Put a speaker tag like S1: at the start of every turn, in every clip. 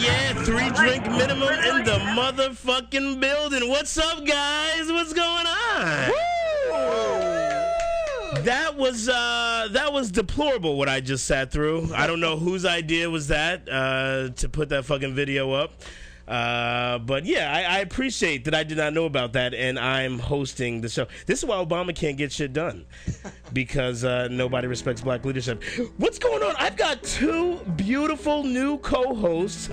S1: yeah, three drink minimum in the motherfucking building. What's up, guys? What's going on? That was uh, that was deplorable what I just sat through. I don't know whose idea was that uh, to put that fucking video up, uh, but yeah, I, I appreciate that I did not know about that, and I'm hosting the show. This is why Obama can't get shit done because uh, nobody respects black leadership. What's going on? I've got two beautiful new co-hosts.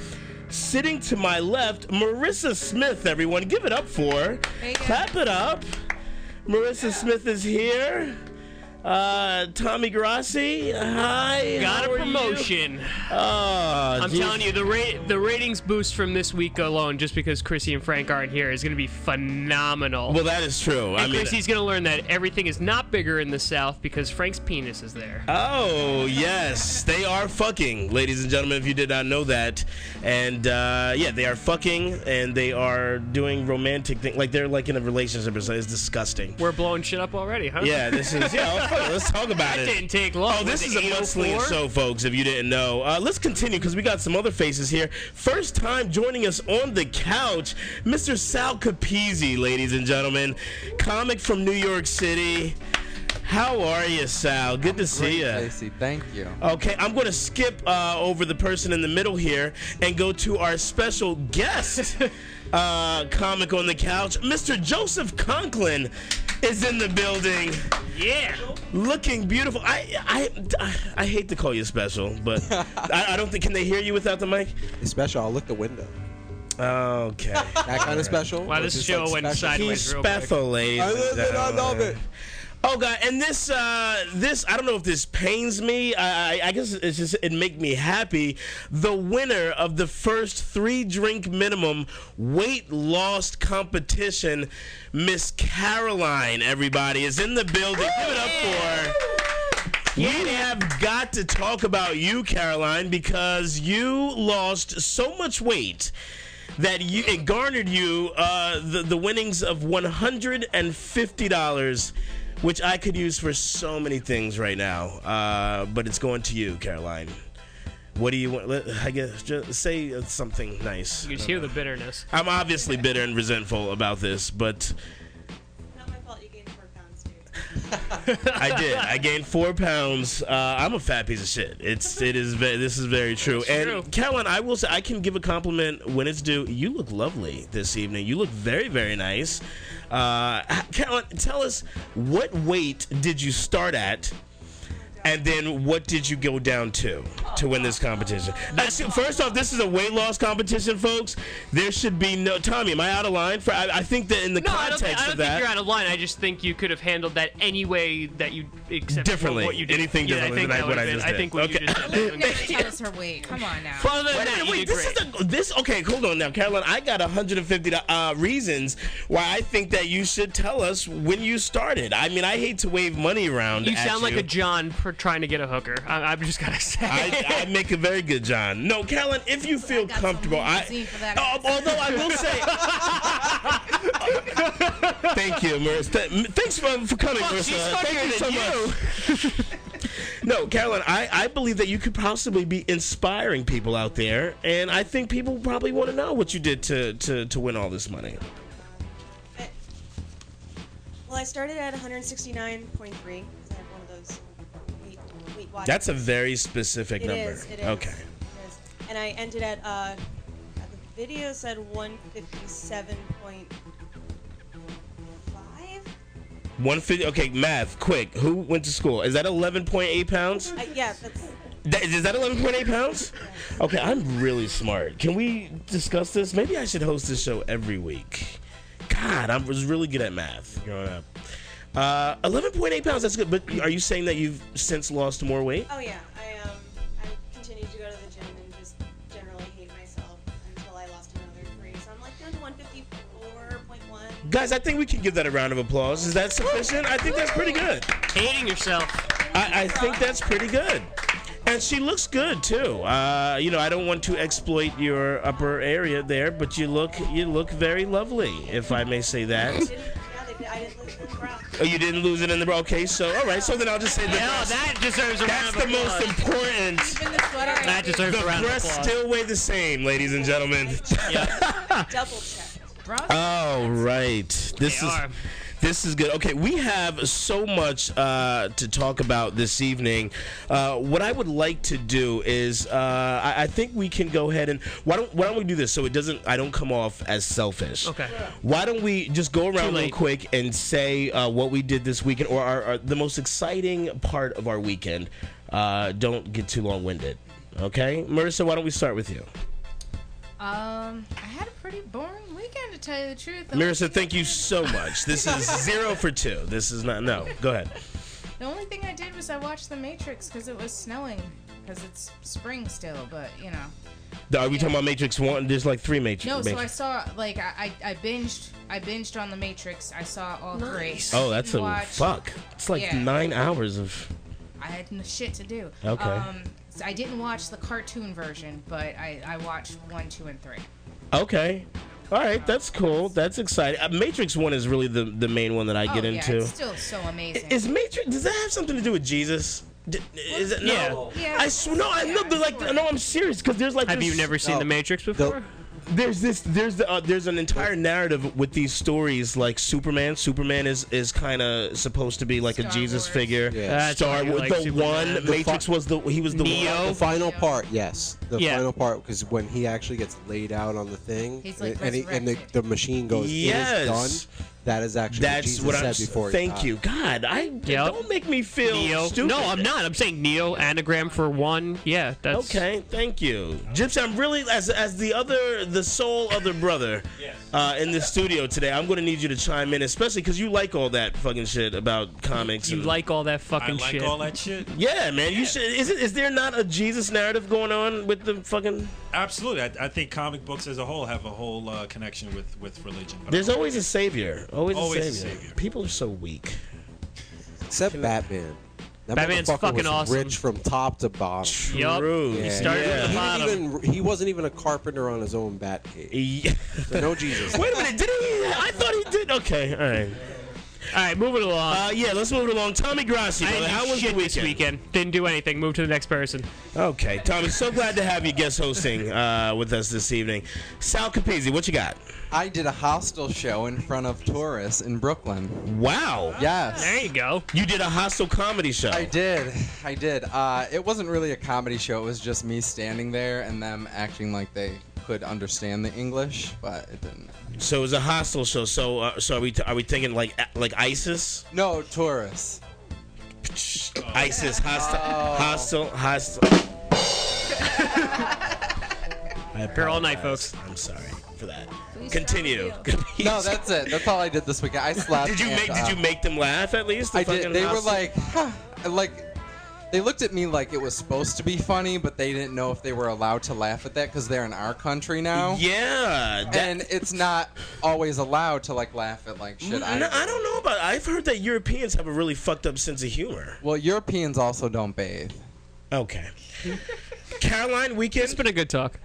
S1: Sitting to my left, Marissa Smith, everyone. Give it up for her. Clap it up. Marissa Smith is here. Uh, Tommy Grassi, hi. how
S2: Got a
S1: are you?
S2: promotion.
S1: Oh,
S2: I'm
S1: geez.
S2: telling you, the ra- the ratings boost from this week alone, just because Chrissy and Frank aren't here, is going to be phenomenal.
S1: Well, that is true. I
S2: and
S1: mean,
S2: Chrissy's going to learn that everything is not bigger in the South because Frank's penis is there.
S1: Oh, yes. They are fucking, ladies and gentlemen, if you did not know that. And uh, yeah, they are fucking and they are doing romantic things. Like they're like in a relationship or something. It's disgusting.
S2: We're blowing shit up already, huh?
S1: Yeah, this is, yeah, well, fuck it, let's talk about
S2: That
S1: it.
S2: didn't take long.
S1: Oh, this is
S2: Was it
S1: a mudslinging
S2: 804?
S1: show, folks. If you didn't know, uh, let's continue because we got some other faces here. First time joining us on the couch, Mr. Sal Capizzi, ladies and gentlemen, comic from New York City. How are you, Sal? Good to see
S3: Great,
S1: you.
S3: Lacey, thank you.
S1: Okay, I'm going to skip uh, over the person in the middle here and go to our special guest uh, comic on the couch. Mr. Joseph Conklin is in the building
S2: Yeah.
S1: looking beautiful. I I I hate to call you special, but I, I don't think can they hear you without the mic.
S3: It's special. I'll look the window.
S1: Okay,
S3: That kind of special.
S2: Wow,
S3: or
S2: this
S3: just,
S2: show went
S3: special?
S2: sideways.
S1: he's
S2: real quick.
S1: special, ladies.
S3: I
S1: and
S3: love it. I love
S1: gentlemen.
S3: it.
S1: Oh god, and this uh this I don't know if this pains me. I I, I guess it's just it make me happy. The winner of the first three drink minimum weight loss competition, Miss Caroline, everybody, is in the building. Give it up for her. We have got to talk about you, Caroline, because you lost so much weight that you it garnered you uh, the the winnings of one hundred and fifty dollars, which I could use for so many things right now. Uh, but it's going to you, Caroline. What do you want? let- I guess just say something nice.
S2: You can just hear the bitterness.
S1: I'm obviously bitter and resentful about this, but
S4: Not my fault you gained four pounds, dude.
S1: I did. I gained four pounds. Uh, I'm a fat piece of shit. It's it is ve- this is very true. and
S2: true.
S1: Caroline, I will say I can give a compliment when it's due. You look lovely this evening. You look very very nice. Uh, h- Caroline, tell us what weight did you start at? And then, what did you go down to to win this competition? Uh, so First off, this is a weight loss competition, folks. There should be no Tommy. Am I out of line? For I, I think that in the
S2: No, I don't,
S1: context
S2: think, I don't
S1: of
S2: think
S1: that,
S2: you're out of line. I just think you could have handled that any way that you except for
S1: Differently.
S2: What you did.
S1: Anything
S2: yeah,
S1: differently
S2: I think
S1: than
S2: that
S1: I-
S2: would
S1: what I
S2: have been-
S1: just did.
S2: I think what
S1: Okay.
S2: you just did.
S5: You gotta tell us her weight. Come on now.
S2: Other than
S1: Wait,
S2: that,
S1: wait,
S2: you
S1: wait,
S2: did
S1: this
S2: great.
S1: is the this okay. Hold on now, Caroline. I got 150 uh, reasons why I think that you should tell us when you started. I mean, I hate to wave money around.
S2: You
S1: at
S2: sound like
S1: you.
S2: a John for trying to get a hooker. I, I'm just gonna say.
S1: I, I make a very good John. No, Caroline, if you feel
S5: got some
S1: comfortable, I.
S5: limousine for that.
S1: Uh, although I will say. Thank you, Marissa. Th- thanks for, for coming, Marissa.
S2: she's
S1: Thank you so
S2: funnier than
S1: much. no, Caroline, I, I believe that you could possibly be inspiring people out there, and I think people probably want to know what you did to, to, to win all this money.
S4: But, well, I started at 169.3 because I have one of those weight, weight watch.
S1: That's a very specific
S4: It
S1: number.
S4: is, it is,
S1: Okay.
S4: it is. And I ended at, uh, at the video said 157.5.
S1: 150. Okay, math, quick. Who went to school? Is that 11.8 pounds?
S4: Uh, yeah, that's.
S1: That, is that 11.8 pounds? Okay, I'm really smart. Can we discuss this? Maybe I should host this show every week. God, I was really good at math growing up. Uh, 11.8 pounds, that's good. But are you saying that you've since lost more weight?
S4: Oh yeah, I um, I continued to go to the gym and just generally hate myself until I lost another three. So I'm like down to 154.1.
S1: Guys, I think we can give that a round of applause. Is that sufficient? I think that's pretty good.
S2: hating yourself.
S1: I, I think that's pretty good. And she looks good too. Uh, you know, I don't want to exploit your upper area there, but you look you look very lovely, if I may say that.
S4: Didn't, yeah, they did. I didn't look at the bra.
S1: Oh, you didn't lose it in the okay. So all right. So then I'll just say the
S2: No,
S1: breast-
S2: Oh, that deserves a
S1: that's
S2: round of
S1: the most
S2: applause.
S1: important.
S5: Even the sweater.
S2: That deserves
S1: The
S2: a round of
S1: breasts
S2: applause.
S1: still weigh the same, ladies and gentlemen.
S4: I double checked.
S5: Bra-
S1: All Oh, right. This
S2: They
S1: is
S2: are.
S1: this is good. Okay, we have so much uh, to talk about this evening. Uh, what I would like to do is, uh, I, I think we can go ahead and why don't why don't we do this so it doesn't I don't come off as selfish.
S2: Okay.
S1: Why don't we just go around real
S2: late.
S1: quick and say uh, what we did this weekend or our, our, the most exciting part of our weekend? Uh, don't get too long winded. Okay, Marissa, why don't we start with you?
S5: um, I had a pretty boring weekend to tell you the truth. The only
S1: Marissa,
S5: thing I
S1: thank you
S5: did-
S1: so much. This is zero for two. This is not. No, go ahead.
S5: The only thing I did was I watched The Matrix because it was snowing because it's spring still, but you know.
S1: Are we talking about Matrix One? There's like three Matrix.
S5: No, so I
S1: Matrix.
S5: saw like I, I I binged I binged on The Matrix. I saw all three.
S1: Oh, that's a
S5: Watch.
S1: fuck. It's like
S5: Yeah.
S1: nine hours of.
S5: I had no shit to do.
S1: Okay.
S5: Um, so I didn't watch the cartoon version, but I I watched one, two, and three.
S1: Okay. All right, that's cool. That's exciting. Uh, Matrix One is really the the main one that I
S5: Oh
S1: get
S5: yeah,
S1: into.
S5: it's still so amazing.
S1: Is Matrix? Does that have something to do with Jesus? D- is it no?
S5: Yeah. Yeah.
S1: I swear. No, I know. but Like, no, I'm serious because there's like.
S2: Have
S1: this-
S2: you never seen
S3: No.
S2: The Matrix before?
S1: there's this there's the uh, there's an entire narrative with these stories like Superman. Superman is is kind of supposed to be like a
S5: Star
S1: Jesus
S5: Wars.
S1: figure.
S3: Yeah.
S2: That's why
S1: Star
S2: you
S1: Wars,
S2: like
S1: the
S2: Superman.
S1: one
S3: The
S1: Matrix
S3: fu-
S1: was the he was the
S2: Neo.
S1: one.
S3: The final
S5: Yeah.
S3: part, yes. The
S2: Yeah.
S3: final part, because when he actually gets laid out on the thing,
S5: He's, like,
S3: and, he- and the,
S5: resurrected.
S3: the machine goes,
S1: Yes.
S3: it is done. That is actually what
S1: That's
S3: Jesus
S1: what
S3: said
S1: I'm.
S3: before. he
S1: Thank
S3: died.
S1: you, God. I
S2: Yep.
S1: don't make me feel
S2: Neo.
S1: stupid.
S2: No, I'm not. I'm saying Neo anagram for one. Yeah, that's
S1: Okay, thank you, Gypsy. I'm really as as the other, the sole other brother, uh, in the studio today. I'm going to need you to chime in, especially because you like all that fucking shit about comics.
S2: You
S1: and,
S2: like all that
S6: I
S2: fucking
S6: like
S2: shit.
S6: all that shit.
S1: Yeah, man. You should. Is it? Is there not a Jesus narrative going on with the fucking?
S6: Absolutely. I, I think comic books as a whole have a whole uh, connection with, with religion. But
S1: There's
S6: I don't-
S1: always a savior. Always,
S6: Always
S1: a
S6: a
S1: savior.
S6: savior.
S1: People are so weak.
S3: Except Batman. That
S2: Batman's
S3: motherfucker
S2: fucking
S3: was
S2: awesome.
S3: Rich from top to bottom.
S2: Yup.
S1: True.
S2: He
S3: Yeah.
S2: started
S1: Yeah.
S2: at the
S3: He,
S2: bottom.
S3: didn't even, he wasn't even a carpenter on his own bat cave.
S1: Yeah.
S3: So no Jesus.
S1: Wait a minute. Did he? I thought he did. Okay. All right.
S2: All right, moving along.
S1: Uh, yeah. Let's move it along. Tommy Grassi.
S2: I
S1: brother,
S2: didn't
S1: How
S2: do
S1: was
S2: shit
S1: the
S2: this weekend? Didn't do anything. Move to the next person.
S1: Okay, Tommy. So glad to have you guest hosting uh, with us this evening. Sal Capizzi, what you got?
S7: I did a hostel show in front of Taurus in Brooklyn.
S1: Wow.
S7: Yes.
S2: There you go.
S1: You did a hostile comedy show.
S7: I did. I did. Uh, it wasn't really a comedy show. It was just me standing there and them acting like they could understand the English, but it didn't.
S1: So it was a hostile show. So uh, so are we are we thinking like like ISIS?
S7: No, Taurus.
S1: ISIS
S2: Oh.
S1: hostile, hostile, hostile. I
S2: Here all night,
S1: apologize.
S2: folks.
S1: I'm sorry for that.
S5: Please
S1: Continue.
S5: try to
S7: No, that's it. That's all I did this weekend. I slept.
S1: Did you
S7: and,
S1: make Did
S7: uh,
S1: you make them laugh at least? the
S7: I did.
S1: fucking
S7: They were
S1: hostile-
S7: like, huh, like, they looked at me like it was supposed to be funny, but they didn't know if they were allowed to laugh at that because they're in our country now.
S1: Yeah. That,
S7: And it's not always allowed to like laugh at like shit.
S1: No, I don't know about. I've heard that Europeans have a really fucked up sense of humor.
S7: Well, Europeans also don't bathe.
S1: Okay. Caroline
S2: It's
S1: weekend.
S2: been a good talk.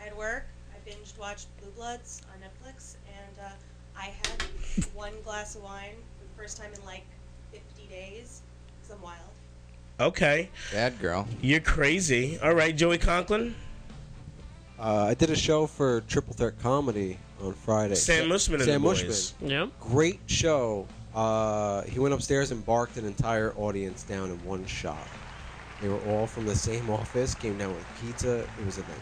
S4: I had work. I binged watched Blue Bloods on Netflix, and uh, I had one glass of wine for the first time in like 50 days. Cause I'm wild.
S1: Okay.
S7: Bad girl.
S1: You're crazy. All right, Joey Conklin,
S3: Uh, I did a show for Triple Threat Comedy on Friday.
S1: Sam Mushman, and
S3: Sam
S1: the
S3: Mushman.
S1: boys.
S2: Yeah.
S3: Great show. Uh, he went upstairs and barked an entire audience down in one shot. They were all from the same office. Came down with pizza. It was a nightmare.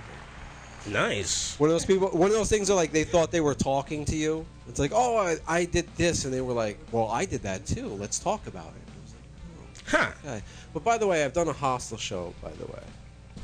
S1: Nice.
S3: One of those people. One of those things are like they thought they were talking to you. It's like, oh, I, I did this, and they were like, well, I did that too. Let's talk about it. It was
S1: Huh.
S3: like, okay. But by the way, I've done a hostile show. By the way.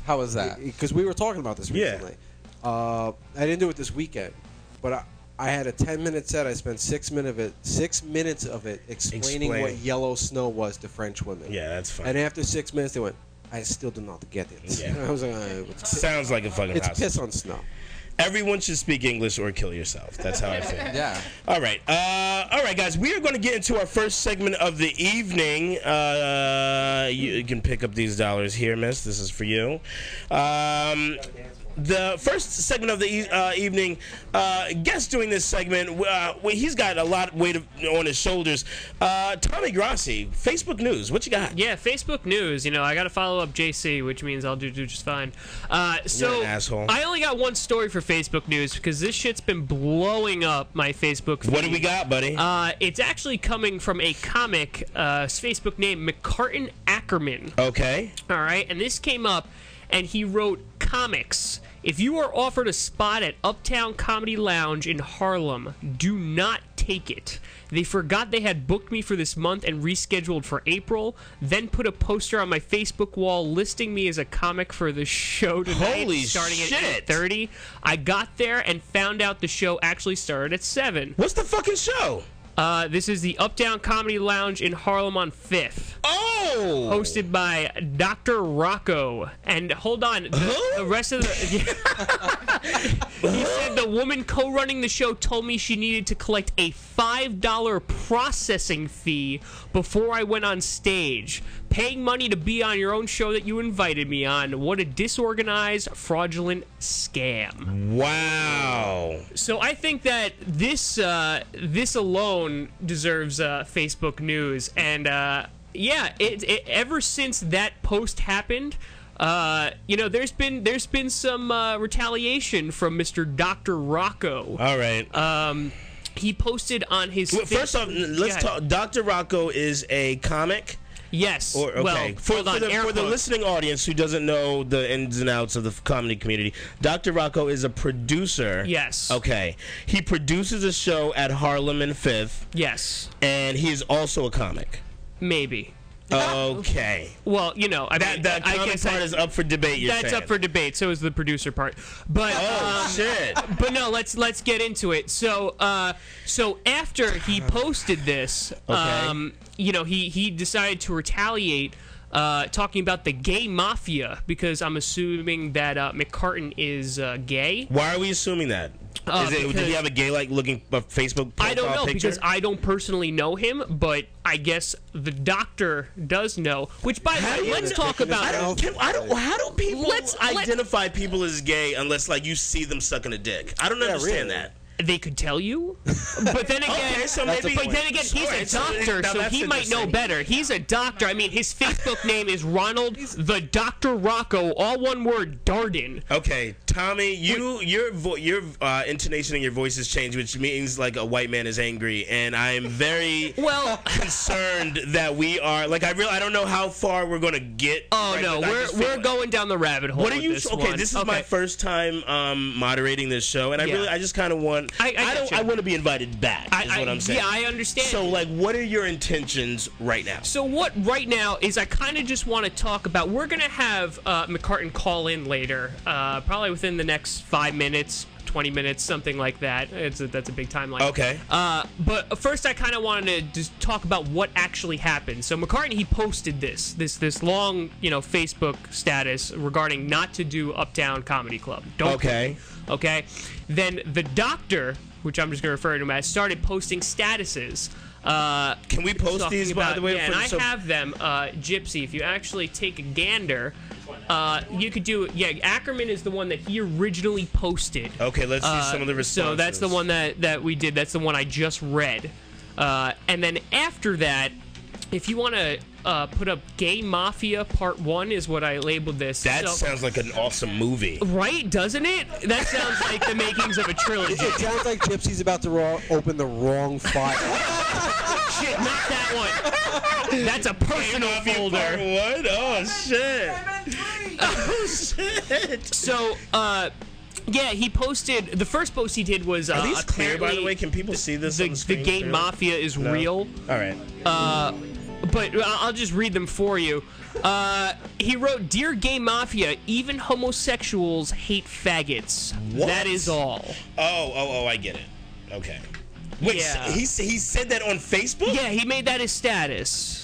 S7: How was that?
S8: E,
S3: Because we were talking about this
S1: Yeah.
S3: recently. Uh, I didn't do it this weekend, but I, I had a ten minute set. I spent six minute of it, six minutes of it explaining
S1: Explain.
S3: what yellow snow was to French women.
S1: Yeah, that's fine.
S3: And after six minutes, they went, "I still do not get it."
S1: Yeah.
S3: I was like, "Uh, it's,
S1: Sounds like a fucking.
S3: it's
S1: hostile.
S3: piss on snow."
S1: Everyone should speak English or kill yourself. That's how I feel.
S7: Yeah.
S1: All right. Uh, all right, guys. We are going to get into our first segment of the evening. Uh, you, you can pick up these dollars here, miss. This is for you. Um, the first segment of the e- uh, evening. Uh, guest doing this segment, uh, well, he's got a lot of weight of- on his shoulders. Uh, Tommy Grassi, Facebook News, what you got?
S2: Yeah, Facebook News. You know, I got to follow up JC, which means I'll do, do just fine. Uh, so
S1: an asshole.
S2: I only got one story for Facebook News because this shit's been blowing up my Facebook. Feed.
S1: What do we got, buddy?
S2: Uh, it's actually coming from a comic, uh, his Facebook name McCartan Ackerman.
S1: okay.
S2: All right, and this came up, and he wrote comics. If you are offered a spot at Uptown Comedy Lounge in Harlem, do not take it. They forgot they had booked me for this month and rescheduled for April, then put a poster on my Facebook wall listing me as a comic for the show tonight
S1: Holy
S2: starting
S1: shit.
S2: at 8:30. I got there and found out the show actually started at 7.
S1: What's the fucking show?
S2: Uh, this is the Uptown Comedy Lounge in Harlem on 5th
S1: Oh!
S2: hosted by Dr. Rocco. And hold on, the,
S1: Huh?
S2: the rest of the. he said the woman co running the show told me she needed to collect a $5 processing fee before I went on stage. Paying money to be on your own show that you invited me on. What a disorganized, fraudulent scam.
S1: Wow.
S2: So I think that this uh, this alone deserves uh, Facebook news, and uh, yeah, it, it, ever since that post happened, uh, you know, there's been there's been some uh, retaliation from Mr. Doctor Rocco.
S1: All right.
S2: he posted on his
S1: Well,
S2: fa-
S1: First off, n- let's
S2: Yeah.
S1: talk. Dr. Rocco is a comic.
S2: Yes,
S1: Or, okay.
S2: well,
S1: for,
S2: hold
S1: for
S2: on,
S1: the,
S2: air
S1: for the
S2: quotes.
S1: listening audience who doesn't know the ins and outs of the f- comedy community, Dr. Rocco is a producer.
S2: Yes.
S1: Okay. He produces a show at Harlem and Fifth,
S2: Yes,
S1: and he is also a comic.
S2: maybe.
S1: Okay.
S2: Well, you know, I mean,
S1: That, that
S2: I
S1: comic
S2: guess
S1: part
S2: I-
S1: is up for debate. You're
S2: that's
S1: saying.
S2: up for debate. So is the producer part, but.
S1: Oh shit!
S2: but no, let's let's get into it. So uh, so after he posted this, um, you know, he he decided to retaliate. Uh, talking about the gay mafia because I'm assuming that uh, McCartan is uh, gay.
S1: Why are we assuming that?
S2: Uh,
S1: Is it, did
S2: because-
S1: he have a gay-like looking uh, Facebook profile
S2: I don't know
S1: picture?
S2: because I don't personally know him, but I guess the doctor does know. Which, by the way, let's talk
S1: I
S2: about.
S1: don't, can, I don't. How do people
S2: Let's- let-
S1: identify people as gay unless like you see them sucking a dick? I don't understand
S3: really.
S1: that.
S2: They could tell you, but then again,
S1: Okay, so
S3: That's a
S1: maybe.
S2: But then again, he's a
S1: Alright, so-
S2: doctor,
S1: now
S2: so
S1: that's
S2: he might know
S1: interesting.
S2: better. He's a doctor. I mean, his Facebook name is Ronald the Doctor Rocco, all one word, Darden.
S1: Okay, Tommy, you your vo- your uh, intonation in your voice has changed, which means like a white man is angry, and I am very
S2: Well,
S1: concerned that we are like I real I don't know how far we're gonna get.
S2: oh
S1: right,
S2: no,
S1: but I
S2: we're
S1: just feel
S2: we're
S1: it.
S2: going down the rabbit hole.
S1: What are
S2: with
S1: you?
S2: This
S1: okay,
S2: one.
S1: this is my
S2: Okay.
S1: first time um, moderating this show, and I
S2: Yeah.
S1: really I just kind of want
S2: I- I get
S1: don't
S2: you.
S1: I want to be invited back.
S2: I-
S1: is
S2: I-
S1: what I'm saying.
S2: yeah, I understand.
S1: So like, what are your intentions right now?
S2: So what right now is I kind of just want to talk about. We're gonna have uh, McCartan call in later, uh, probably within the next five minutes, twenty minutes, something like that. It's a, that's a big timeline.
S1: Okay.
S2: Uh, but first, I kind of wanted to just talk about what actually happened. So McCartan he posted this this this long you know Facebook status regarding not to do Uptown Comedy Club. Don't do
S1: Okay.
S2: it, Okay. Then the doctor, which I'm just gonna refer to him as, started posting statuses. Uh,
S1: Can we post
S2: talking
S1: these, by
S2: about-
S1: the way,
S2: Yeah,
S1: for-
S2: and I
S1: so-
S2: have them. Uh, Gypsy, if you actually take a gander, uh, you could do. Yeah, Ackerman is the one that he originally posted.
S1: Okay, let's see
S2: Uh,
S1: some of the responses.
S2: So that's the one that that we did. That's the one I just read. Uh, and then after that, if you want to uh, put up "Gay Mafia Part One" is what I labeled this.
S1: That
S2: So-
S1: sounds like an awesome movie.
S2: right, doesn't it? That sounds like the makings of a trilogy.
S3: It sounds like Gypsy's about to raw, open the wrong file.
S2: Shit, not that one. That's a personal folder.
S1: Part one? Oh shit! Oh shit!
S2: So, uh, yeah, he posted the first post he did was uh,
S1: Are these clear, by the
S2: apparently
S1: way? Can people see this?
S2: the,
S1: on the,
S2: the,
S1: screen
S2: gay
S1: clearly?
S2: mafia is
S1: No?
S2: real.
S1: All right.
S2: but I- I'll just read them for you. Uh, he wrote, "Dear Gay Mafia, even homosexuals hate faggots.
S1: What?
S2: That is all."
S1: Oh, oh, oh! I get it. Okay. Wait,
S2: Yeah.
S1: s- he s- he said that on Facebook.
S2: Yeah, he made that his status.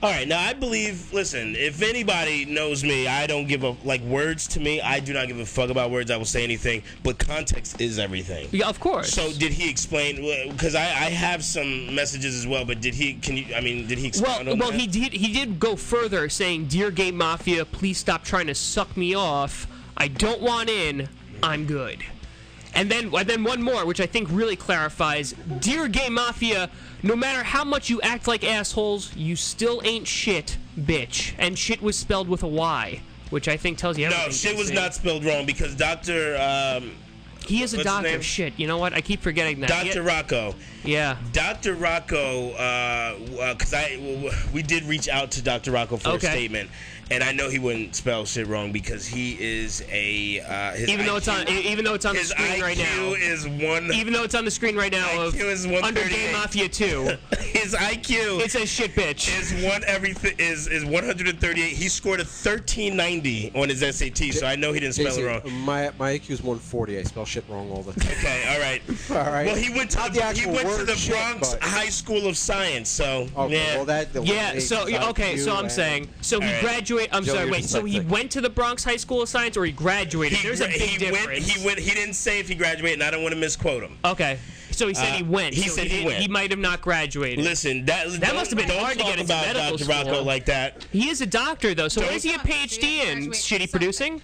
S1: All right, now I believe. Listen, if anybody knows me, I don't give a like words to me. I do not give a fuck about words. I will say anything, but context is everything.
S2: Yeah, of course.
S1: So did he explain? Because I, I have some messages as well, but did he? Can you? I mean, did he
S2: well,
S1: expound on
S2: well,
S1: that?
S2: he did. He did go further, saying, "Dear Gay Mafia, please stop trying to suck me off." I don't want in. I'm good. And then, and then one more, which I think really clarifies: Dear Gay Mafia, no matter how much you act like assholes, you still ain't shit, bitch. And shit was spelled with a Y, which I think tells you everything.
S1: No, shit
S2: they
S1: was
S2: say.
S1: not spelled wrong because Doctor um,
S2: He is a
S1: what's his name?
S2: doctor. Shit, you know what? I keep forgetting that.
S1: Doctor Rocco,
S2: Yeah.
S1: Doctor Rocco, because I w- w- we did reach out to Doctor Rocco for
S2: Okay.
S1: a statement, and I know he wouldn't spell shit wrong because he is a uh, his
S2: Even though it's on,
S1: IQ
S2: even though it's on the
S1: his
S2: screen
S1: IQ
S2: right now.
S1: is one.
S2: even though it's on the screen right now of
S1: IQ is
S2: under
S1: 138.
S2: Gay Mafia 2,
S1: his IQ
S2: it says shit bitch.
S1: is one everything is is 138. He scored a 1390 on his SAT, so I know he didn't spell
S3: Jason,
S1: it wrong.
S3: My my IQ is 140. I spell shit wrong all the time.
S1: Okay, all right.
S3: All right.
S1: Well, he went to
S3: Not
S1: the,
S3: the
S1: he
S3: actual
S1: went to
S3: word
S1: the
S3: shit,
S1: Bronx
S3: but-
S1: High School of Science, so
S3: Okay,
S1: yeah.
S3: well, that the
S2: Yeah, so
S3: IQ,
S2: okay, so I'm
S3: and-
S2: saying, so he
S1: All right.
S2: graduated. I'm
S3: Joe,
S2: sorry,
S3: you're
S2: wait, so he
S3: dyslexic.
S2: went to the Bronx High School of Science, or he graduated?
S1: he,
S2: There's a
S1: re-
S2: big
S1: he
S2: difference.
S1: went. He went. He didn't say if he graduated, and I don't want to misquote him.
S2: Okay, so he said
S1: Uh,
S2: he went.
S1: he
S2: so
S1: said he
S2: didn't-
S1: went.
S2: He might have not graduated.
S1: Listen, that don't-
S2: must have been
S1: don't
S2: hard to
S1: talk
S2: get into
S1: about
S2: medical
S1: Dr.
S2: school.
S1: Rocco like that.
S2: He is a doctor though, so what
S1: Don't-
S2: is he a PhD in?
S5: Graduate
S2: Shitty
S5: from
S2: producing?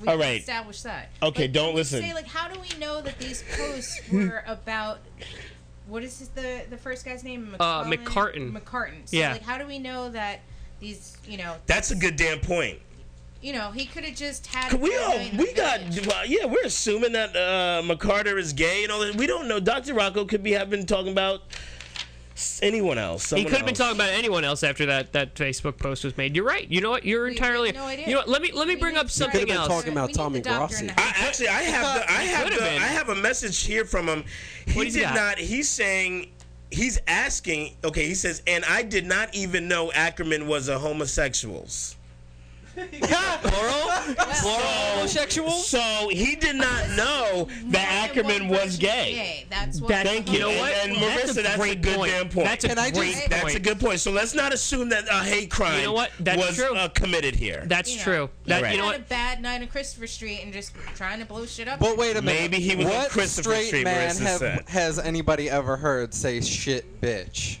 S5: We
S1: All
S5: can
S1: right.
S5: Establish that.
S1: Okay,
S5: But
S1: don't listen.
S5: Say like, how do we know that these posts were about? What is his, the the first guy's name?
S2: Uh,
S5: McCullen?
S2: McCartan.
S5: McCartan. So,
S2: Yeah.
S5: Like, how do we know that these? You know.
S1: That's a good damn point.
S5: You know, he could have just had. a
S1: We
S5: guy
S1: all
S5: in the
S1: we got
S5: village.
S1: well, yeah. We're assuming that uh, McCarter is gay and all that. We don't know. Dr. Rocco could be having talking about s- anyone else.
S2: He
S1: someone
S2: could have been
S1: else.
S2: talking about anyone else after that, that Facebook post was made. You're right. You know what? You're
S5: We- we
S2: entirely.
S5: have no idea.
S2: You know what? Let me let me
S5: We
S2: bring
S5: need
S2: up
S5: to
S2: something
S5: find out.
S2: else.
S3: talking about
S5: We need
S3: Tommy
S5: the doctor in
S3: Grassi.
S5: the house.
S1: I, actually, I have the, I have
S2: could've
S1: the,
S2: been.
S1: I have a message here from him. He
S2: What he's
S1: did
S2: got?
S1: not. He's saying, he's asking. Okay, he says, and I did not even know Ackerman was a homosexuals.
S7: Plural? Plural homosexuals?
S1: So he did not know that
S5: More than
S1: Ackerman
S5: one
S1: was
S5: person's
S1: gay.
S5: That's what.
S2: That-
S1: Thank you.
S2: know
S1: and,
S2: what?
S1: and
S2: That's a
S1: Marissa, that's a,
S2: great
S1: good
S2: point.
S1: damn point.
S2: That's a
S7: Can I just-
S2: great point.
S1: That's a good point. So let's not assume that a hate crime
S2: You know what? That's
S1: was
S2: true.
S1: Uh, committed here.
S2: That's
S5: You know.
S2: true. That
S1: Right.
S2: you know
S5: Had
S2: what?
S5: a bad night on Christopher Street and just trying to blow shit up.
S7: But wait a minute.
S1: Maybe he was on
S7: what
S1: Christopher
S7: straight
S1: Street,
S7: man
S1: Marissa's
S7: have-
S1: set.
S7: has anybody ever heard say shit bitch?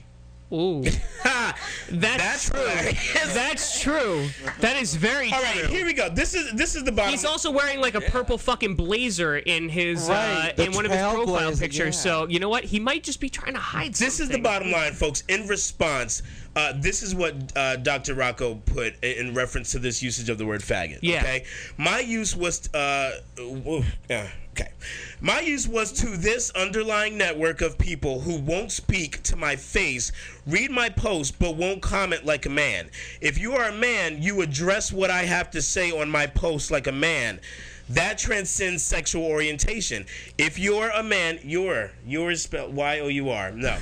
S2: Ooh,
S1: Ha!
S2: that's true. That's true. That is very
S1: All right,
S2: true.
S1: here we go. This is this is the bottom.
S2: He's also wearing like a purple fucking blazer in his
S7: Right,
S2: uh,
S7: the
S2: in one of his
S7: trailblazer,
S2: profile pictures.
S7: yeah.
S2: So you know what? He might just be trying to hide.
S1: This is the
S2: something.
S1: bottom line, folks. In response, uh, this is what uh, Dr. Rocco put i- in reference to this usage of the word faggot.
S2: Yeah.
S1: Okay. My use was uh, w- uh, okay. My use was to this underlying network of people who won't speak to my face, read my post, but won't comment like a man. If you are a man, you address what I have to say on my post like a man. That transcends sexual orientation. If you're a man, you're you're spelled Y O U R. No,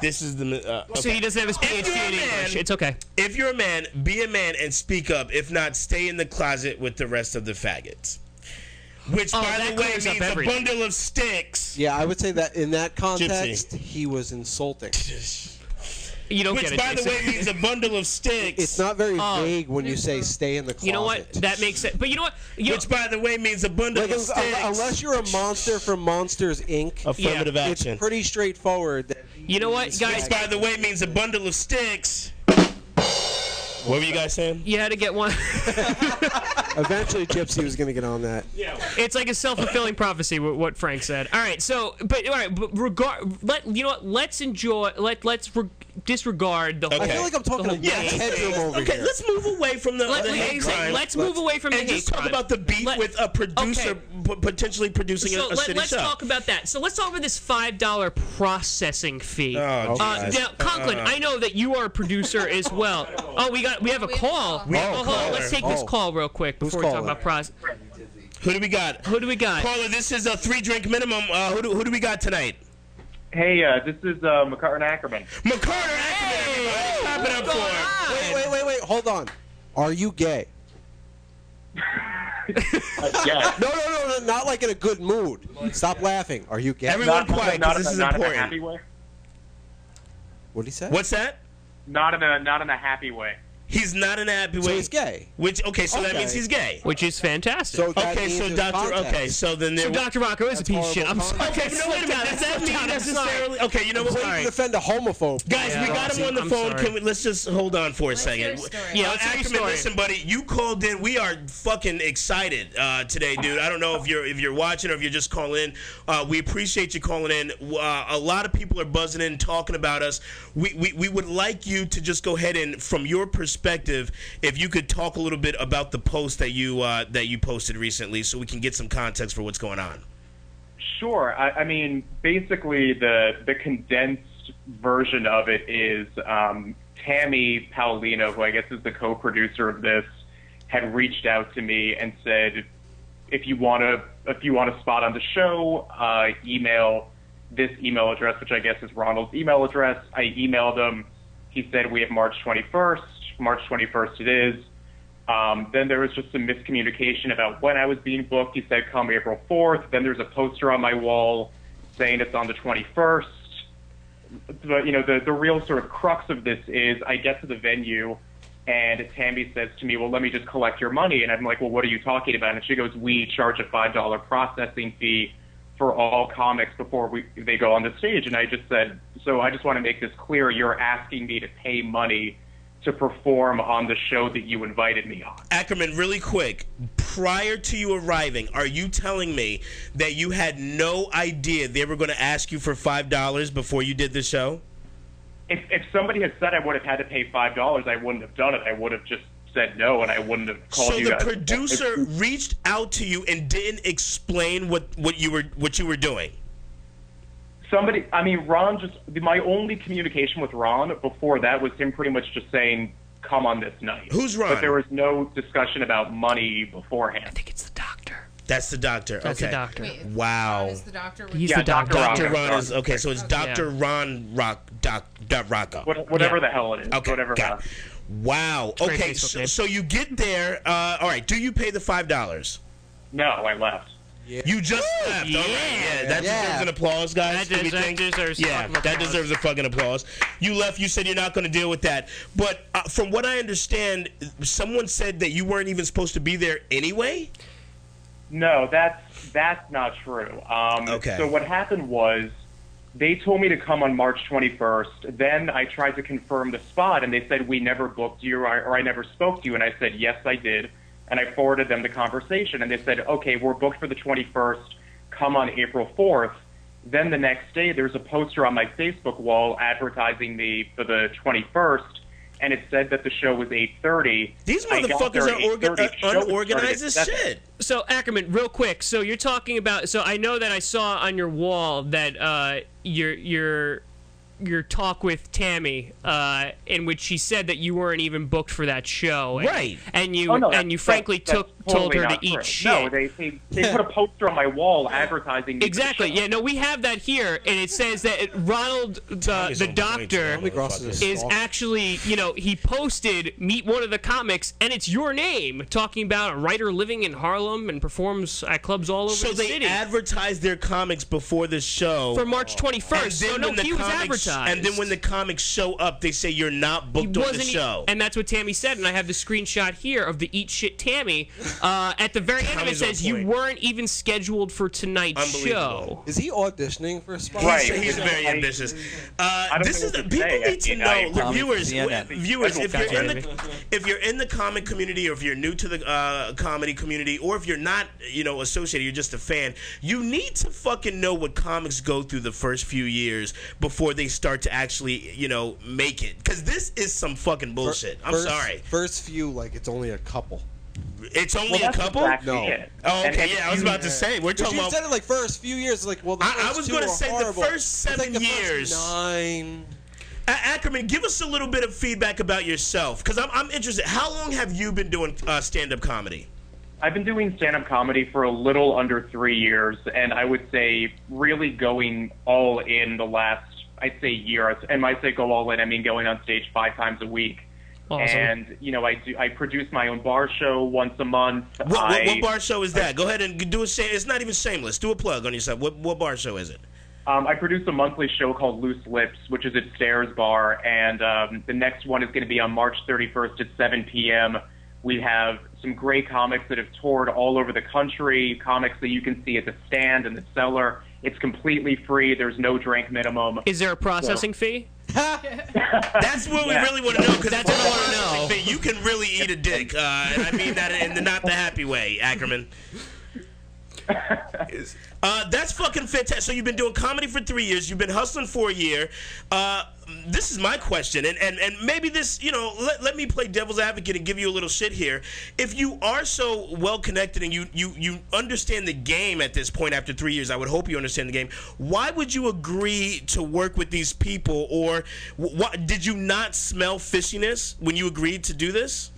S1: this is the. Uh,
S2: So
S1: okay.
S2: he doesn't have his PhD
S1: you're a
S2: in English.
S1: man-
S2: It's okay.
S1: If you're a man, be a man and speak up. If not, stay in the closet with the rest of the faggots. Which,
S2: Oh,
S1: by
S2: that
S1: the way,
S2: clears up
S1: means a
S2: everything.
S1: bundle of sticks.
S3: Yeah, I would say that in that context, he was insulting.
S2: You don't get
S1: Which,
S2: it.
S1: by the
S2: Jason.
S1: way, means a bundle of sticks.
S3: It's not very
S1: Uh,
S2: Oh.
S3: vague when you say stay in the closet.
S2: you know what? That makes sense. But you know what? You know,
S1: Which, by the way, means a bundle
S3: Like,
S1: of
S3: un-
S1: sticks.
S3: unless you're a monster from Monsters Inc.,
S1: Affirmative
S2: Yeah,
S1: action.
S3: it's pretty straightforward. That
S2: you know what, guys?
S1: Which, by the way, means a bundle of sticks. What were you guys saying?
S2: You had to get one.
S3: eventually Gypsy was going to get on that.
S2: it's like a self-fulfilling prophecy wh- what frank said all right so but all right but regard let you know what let's enjoy let let's re- disregard the
S3: I
S1: Okay.
S3: feel like I'm talking
S2: The
S3: to
S2: whole
S3: Matt
S2: game.
S3: Hedrum over
S1: Okay,
S3: here.
S1: let's move away from the,
S2: let,
S1: the hate
S2: let's,
S1: crime.
S2: let's move away from
S1: and
S2: the
S1: just
S2: hate
S1: talk
S2: crime.
S1: about the beef
S2: Let-
S1: with uh, a producer
S2: okay.
S1: p- potentially producing
S2: so
S1: a, a
S2: let,
S1: shitty
S2: us
S1: show.
S2: talk about that so let's talk about this five dollar processing fee
S1: Oh,
S2: uh,
S1: Jesus.
S2: now conklin i know that you are a producer as well oh we got we have a
S5: We have a
S2: call
S5: call.
S1: We have a
S2: oh, hold on
S1: caller.
S2: let's take this
S3: Oh.
S2: call real quick
S3: Who's
S2: before we talk
S3: calling?
S2: about process
S1: Who do we got?
S2: who do we got
S1: Caller, this is a three drink minimum. Uh, who, do, who do we got tonight?
S8: Hey, uh, this is uh, McCartan Ackerman.
S1: McCarter Ackerman, everybody. Clap it up for him.
S3: Wait, wait, wait, wait. Hold on. Are you gay?
S8: Yes.
S3: No, no, no, no. Not like in a good mood. Stop laughing. Are you gay?
S1: Everyone-
S8: not,
S1: quiet, 'cause
S8: not, in
S1: this
S8: a,
S1: is
S8: not in a
S1: important.
S8: happy way.
S3: What'd he say?
S1: What's that?
S8: Not in a not in a happy way.
S1: He's not in a happy way.
S3: So he's gay.
S1: Which okay, so that
S3: Okay.
S1: means he's gay.
S2: which is fantastic.
S3: So that
S1: Okay,
S3: means
S1: so
S3: there's
S1: Doctor.
S3: context.
S1: Okay, so then there.
S2: So Dr. Rocco is a
S3: That's
S2: piece of shit. I'm
S3: horrible
S2: sorry.
S3: content.
S1: Okay, no, wait a minute. Does that mean necessarily? Okay, you know what?
S3: Way
S1: All
S3: to
S1: right.
S3: defend a homophobe.
S1: Guys, we
S2: Yeah.
S1: got him on the
S2: I'm
S1: phone.
S2: sorry.
S1: Can we? Let's just hold on for a
S5: Let's hear
S1: second.
S5: his story.
S2: Yeah,
S1: Uh,
S2: let's hear his
S1: Ackerman,
S2: story.
S1: listen, buddy. You called in. We are fucking excited uh, today, dude. I don't know if you're if you're watching or if you're just calling in. Uh, we appreciate you calling in. Uh, a lot of people are buzzing in, talking about us. We, we we would like you to just go ahead and, from your perspective, if you could talk a little bit about the post that you uh, that you posted recently, so we can get some context for what's going on.
S8: Sure. I, I mean, basically, the the condensed version of it is um, Tammy Paolino, who I guess is the co-producer of this, had reached out to me and said, if you want to if you want a spot on the show, uh, email this email address, which I guess is Ronald's email address. I emailed him. He said we have March 21st. March 21st it is. Um, then there was just some miscommunication about when I was being booked. He said come April 4th. Then there's a poster on my wall saying it's on the 21st. But you know the the real sort of crux of this is I get to the venue. And Tammy says to me, "Well, let me just collect your money." And I'm like, "Well, what are you talking about?" And she goes, "We charge a five dollar processing fee for all comics before we they go on the stage." And I just said, "So I just want to make this clear. You're asking me to pay money to perform on the show that you invited me on."
S1: Ackerman, really quick, prior to you arriving, are you telling me that you had no idea they were going to ask you for $5 before you did the show?
S8: If if somebody had said I would have had to pay five dollars, I wouldn't have done it. I would have just said no, and I wouldn't have called
S1: So
S8: you
S1: the
S8: guys.
S1: producer reached out to you and didn't explain what, what you were what you were doing.
S8: somebody i mean ron just my only communication with ron before that was him pretty much just saying come on this night
S1: Who's Ron?
S8: but there was no discussion about money beforehand
S2: think it's the doctor.
S1: That's the doctor.
S2: That's
S1: okay.
S2: the doctor.
S5: Wait,
S1: Wow.
S5: Ron is the doctor. with-
S2: He's
S8: Yeah,
S2: the doctor.
S1: Dr.
S8: Ron.
S1: Ron is okay, so it's Dr.
S2: Yeah.
S1: Ron Rock Doc, Doc Rocco.
S8: what, whatever
S2: Yeah.
S8: the hell it is
S1: Okay.
S8: whatever
S1: got
S8: that-
S1: it. Wow.
S2: great
S1: Okay,
S2: Facebook
S1: so,
S2: name.
S1: so you get there. Uh, all right, do you pay the $5?
S8: no i left
S1: You just left. All right. Yeah, that
S7: Yeah.
S1: deserves an applause, guys.
S2: That
S1: Do we
S2: deserves-
S1: think?
S2: that deserves
S1: yeah,
S2: fucking
S1: that
S2: applause.
S1: deserves a fucking applause. You left. You said you're not going to deal with that. But uh, from what I understand, someone said that you weren't even supposed to be there anyway.
S8: No, that's that's not true. Um,
S1: Okay.
S8: So what happened was they told me to come on March 21st. Then I tried to confirm the spot, and they said we never booked you, or I, or I never spoke to you. And I said yes, I did. And I forwarded them the conversation, and they said, okay, we're booked for the 21st. Come on April 4th. Then the next day, there's a poster on my Facebook wall advertising me for the 21st, and it said that the show was 8:30.
S1: These
S8: I got
S1: motherfuckers
S8: there
S1: are
S8: 8:30.
S1: orga-
S8: Show
S1: uh,
S8: started at
S1: unorganized as
S8: 7.
S1: shit.
S2: So Ackerman, real quick. So you're talking about. So I know that I saw on your wall that uh, your your your talk with Tammy, uh, in which she said that you weren't even booked for that show, and,
S1: Right.
S2: And you
S8: Oh, no, that's-
S2: and you frankly
S8: that's-
S2: took
S8: that's
S2: told
S8: totally
S2: her to
S8: not
S2: eat
S8: true.
S2: shit.
S8: No, they, they, they put a poster on my wall advertising. me for the
S2: Exactly.
S8: show.
S2: Yeah. No, we have that here, and it says that it, Ronald, the,
S1: Tommy's
S2: the
S1: on point
S2: doctor,
S1: today,
S3: Gross is a
S1: motherfucker.
S2: is
S3: stalker.
S2: actually, you know, he posted meet one of the comics, and it's your name talking about a writer living in Harlem and performs at clubs all over
S1: So
S2: the
S1: they
S2: city
S1: advertised their comics before the show.
S2: for March 21st.
S1: and
S2: so
S1: then
S2: no,
S1: when the
S2: he was
S1: comics,
S2: advertised.
S1: and then when the comics show up, they say you're not
S2: He
S1: booked on the
S2: wasn't e-
S1: show.
S2: and that's what Tammy said, and I have the screenshot here of the eat shit Tammy. Uh, at the very end of it
S1: Tommy's on
S2: says you
S1: point.
S2: weren't even scheduled for tonight's
S1: Unbelievable.
S2: show.
S3: Is he auditioning for a spot?
S8: Right.
S1: He's, he's very
S8: I-
S1: ambitious. Uh,
S8: don't
S1: this
S8: know
S1: is the,
S8: what to
S1: people
S8: say.
S1: need to
S8: I mean, I-
S1: know. look,
S7: Tom
S1: viewers,
S7: from CNN.
S1: w- viewers, if you're in
S2: Gotcha.
S1: the if you're in the comic community, or if you're new to the uh, comedy community, or if you're not, you know, associated, you're just a fan. You need to fucking know what comics go through the first few years before they start to actually, you know, make it. Because this is some fucking bullshit. i I'm
S3: First-
S1: sorry.
S3: First few, like it's only a couple.
S1: It's only
S8: Well,
S1: a
S8: that's
S1: couple.
S8: exactly
S3: No.
S8: it.
S1: Oh,
S8: And-
S1: okay.
S8: and
S1: Yeah, I was
S8: you-
S1: about to say we're
S3: Because
S1: talking
S3: you
S1: about.
S3: said it like first few years, like well, the
S1: I- I
S3: first
S1: was
S3: two
S1: gonna
S3: are
S1: say the
S3: horrible.
S1: first
S3: It's like
S1: seven
S3: the first
S1: years.
S3: nine.
S1: A- Ackerman, give us a little bit of feedback about yourself, because I'm, I'm interested. How long have you been doing uh, stand-up comedy?
S8: I've been doing stand-up comedy for a little under three years, and I would say really going all in the last, I'd say year. And when I say go all in, I mean going on stage five times a week.
S2: Awesome.
S8: And you know, I do. I produce my own bar show once a month.
S1: What,
S8: I,
S1: what, what bar show is that? Go ahead and do a shame. It's not even shameless. Do a plug on yourself. What what bar show is it?
S8: Um, I produce a monthly show called Loose Lips, which is at Stairs Bar, and um, the next one is going to be on March 31st at 7 p.m. We have some great comics that have toured all over the country, comics that you can see at the stand and the cellar. It's completely free. There's no drink minimum.
S2: Is there a processing fee?
S1: That's what we
S8: Yeah.
S1: really want to know. Because that's
S2: what I wanna know.
S1: You can really eat a dick, uh, and I mean that in the not the happy way, Ackerman. Uh, that's fucking fantastic. So you've been doing comedy for three years. You've been hustling for a year. Uh, this is my question, and, and, and maybe this, you know, let, let me play devil's advocate and give you a little shit here. If you are so well connected and you, you, you understand the game at this point after three years, I would hope you understand the game. Why would you agree to work with these people, or wh- what, did you not smell fishiness when you agreed to do this?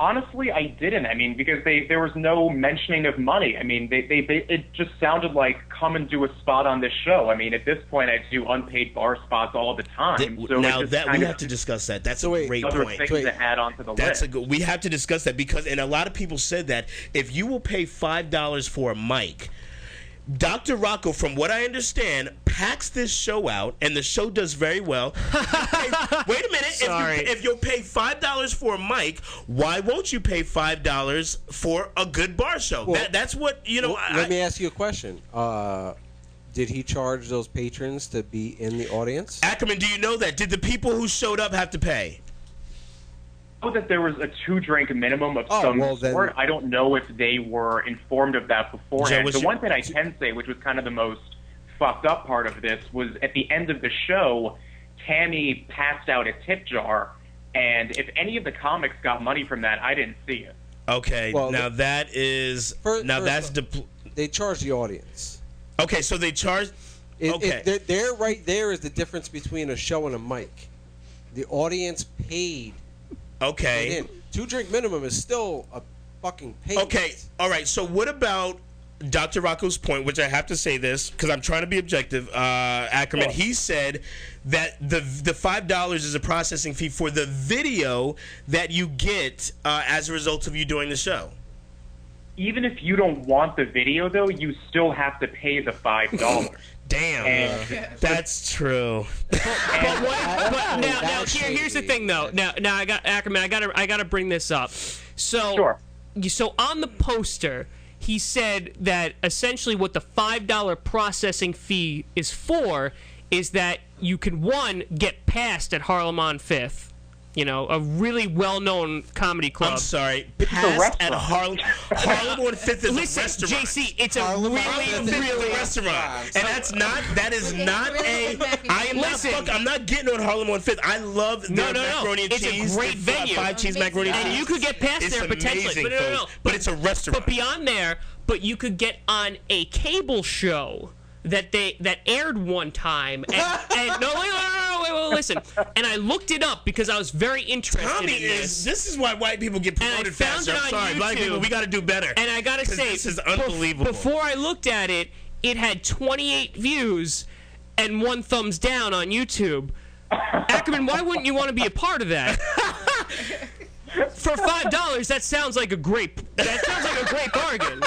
S8: Honestly, I didn't. I mean, because they there was no mentioning of money. I mean, they, they they it just sounded like come and do a spot on this show. I mean, at this point, I do unpaid bar spots all the time. so
S1: now
S8: it just
S1: that we
S8: kind of
S1: have to discuss that. That's
S3: So
S1: a
S3: wait,
S1: great
S8: other
S1: point.
S8: things
S3: Wait.
S8: to add onto the
S1: That's
S8: list.
S1: a good. We have to discuss that because, and a lot of people said that if you will pay five dollars for a mic, Dr. Rocco, from what I understand, packs this show out, and the show does very well. If- Wait a minute.
S2: Sorry.
S1: If, you, if you'll pay five dollars for a mic, why won't you pay five dollars for a good bar show?
S3: Well,
S1: that, that's what you know.
S3: Well,
S1: I-
S3: let me ask you a question. Uh, did he charge those patrons to be in the audience?
S1: Ackerman, do you know that? Did the people who showed up have to pay?
S8: know that there was a two drink minimum of
S3: Oh,
S8: some
S3: well, then-
S8: sort. I don't know if they were informed of that
S1: Joe,
S8: beforehand.
S1: was
S8: the
S1: you-
S8: one thing I can say, which was kind of the most fucked up part of this, was at the end of the show, Tammy passed out a tip jar, and if any of the comics got money from that, I didn't see it.
S1: Okay,
S3: Well,
S1: now that is
S3: Fir-
S1: now
S3: first
S1: that's
S3: off-
S1: depl-
S3: They charge the audience.
S1: okay. So they charge.
S3: It,
S1: Okay.
S3: it, there, there, right there is the difference between a show and a mic. The audience paid
S1: Okay.
S3: in. Two drink minimum is still a fucking payment.
S1: Okay, all right. So what about Dr. Rocco's point, which I have to say this because I'm trying to be objective. Uh, Ackerman, he said that the the five dollars is a processing fee for the video that you get uh, as a result of you doing the show.
S8: Even if you don't want the video, though, you still have to pay the five dollars.
S1: Damn,
S8: And-
S1: that's true.
S2: But what? But now, now
S3: that's
S2: here, here's the
S3: shady.
S2: thing, though. Now, now I got Ackerman. I gotta, I gotta bring this up. So,
S8: Sure.
S2: you- so on the poster, he said that essentially what the five dollar processing fee is for is that you can one get passed at Harlem on Fifth, you know, a really well-known comedy club.
S1: I'm sorry.
S8: a
S1: Passed at
S8: restaurant.
S1: Harlem. Harlem on Fifth is
S2: Listen,
S1: a restaurant.
S2: JC, it's a
S7: Harlem on
S1: Harlem on
S2: really,
S1: Fifth is a
S2: really
S1: restaurant, and that's not that is
S5: Okay,
S1: not
S5: really
S1: a.
S5: good mac and
S1: I am not.
S2: Listen.
S1: Fuck, I'm not getting on Harlem on Fifth. I love their
S2: No, no, no.
S1: macaroni and
S2: It's a
S1: cheese.
S2: great
S1: and fi-
S2: venue.
S1: Five cheese macaroni and
S2: And
S1: cheese.
S2: you could get past
S1: It's
S2: there potentially.
S1: amazing,
S2: But no, no, no.
S1: folks, But it's a restaurant.
S2: But beyond there, but you could get on a cable show that they that aired one time. And, and no, wait, no, no, no, wait, wait, listen. And I looked it up because I was very interested
S1: Tommy
S2: in this.
S1: is. This is why white people get
S2: I
S1: promoted
S2: found
S1: faster.
S2: it
S1: I'm
S2: on
S1: sorry, black
S2: YouTube.
S1: people, we got to do better.
S2: and I gotta
S1: 'Cause
S2: say,
S1: this is
S2: bef-
S1: unbelievable.
S2: before I looked at it, it had 28 views and one thumbs down on YouTube. Ackerman, why wouldn't you want to be a part of that? For five dollars, that sounds like a great. That sounds like a great bargain.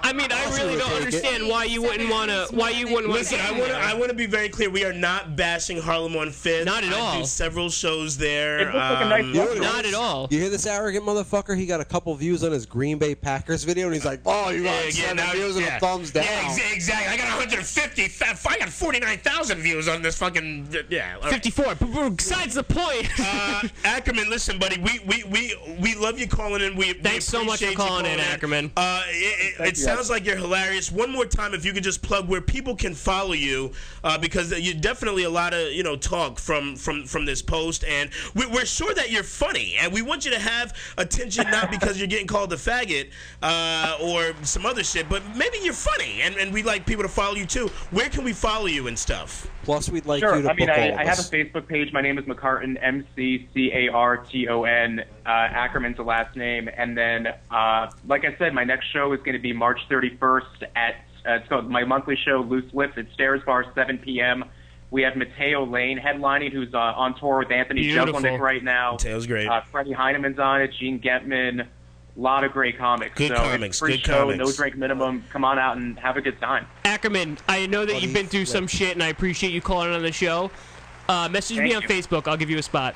S2: I mean, I really
S3: would
S2: don't
S3: take it.
S2: understand why you wouldn't want to. Why you wouldn't want
S1: Listen, I want to. I want to be very clear. We are not bashing Harlem on Fifth.
S2: Not at
S1: I
S2: all.
S1: do several shows there.
S8: It looks like a nice
S1: Um,
S8: restaurant.
S2: Not at all.
S3: You hear this arrogant motherfucker? He got a couple views on his Green Bay Packers video, and he's like, "Oh, you got
S1: Yeah, yeah,
S3: seven
S1: now-
S3: views and
S1: yeah.
S3: a thumbs down."
S1: Yeah, ex- exactly. I got 150. fa- I got 49,000 views on this fucking. Yeah. all right.
S2: 54. But- but Besides the point.
S1: Uh, Ackerman, listen, buddy. We we, we we love you calling in. We
S2: Thanks so much for calling in, Ackerman.
S1: Uh, it it, it sounds like you're hilarious. One more time, if you could just plug where people can follow you, uh, because you definitely a lot of you know talk from from from this post, and we, we're sure that you're funny, and we want you to have attention not because you're getting called a faggot uh, or some other shit, but maybe you're funny, and and we like people to follow you too. Where can we follow you and stuff?
S3: Plus, we'd like you
S8: Sure.
S3: to
S8: I mean,
S3: book
S8: I,
S3: all of
S8: I have a
S3: us.
S8: Facebook page. My name is McCarton, M C C A R T O N. Uh, Ackerman's the last name. And then, uh, like I said, my next show is going to be March 31st at uh, it's called my monthly show, Loose Lips, at Stairs Bar, 7 p.m. We have Mateo Lane headlining, who's uh, on tour with Anthony
S2: Beautiful.
S8: Jeselnik right now.
S1: Mateo's great.
S8: Uh, Freddie Heinemann's on it. Gene Getman.
S6: lot of great comics.
S1: Good
S6: so
S1: comics,
S6: It's a free
S1: good
S6: show, no
S1: comics.
S6: drink minimum. Come on out and have a good time.
S2: Ackerman, I know that you've been through some shit, and I appreciate you calling on the show. Uh, message me
S6: Thank
S2: on
S6: you.
S2: Facebook. I'll give you a spot.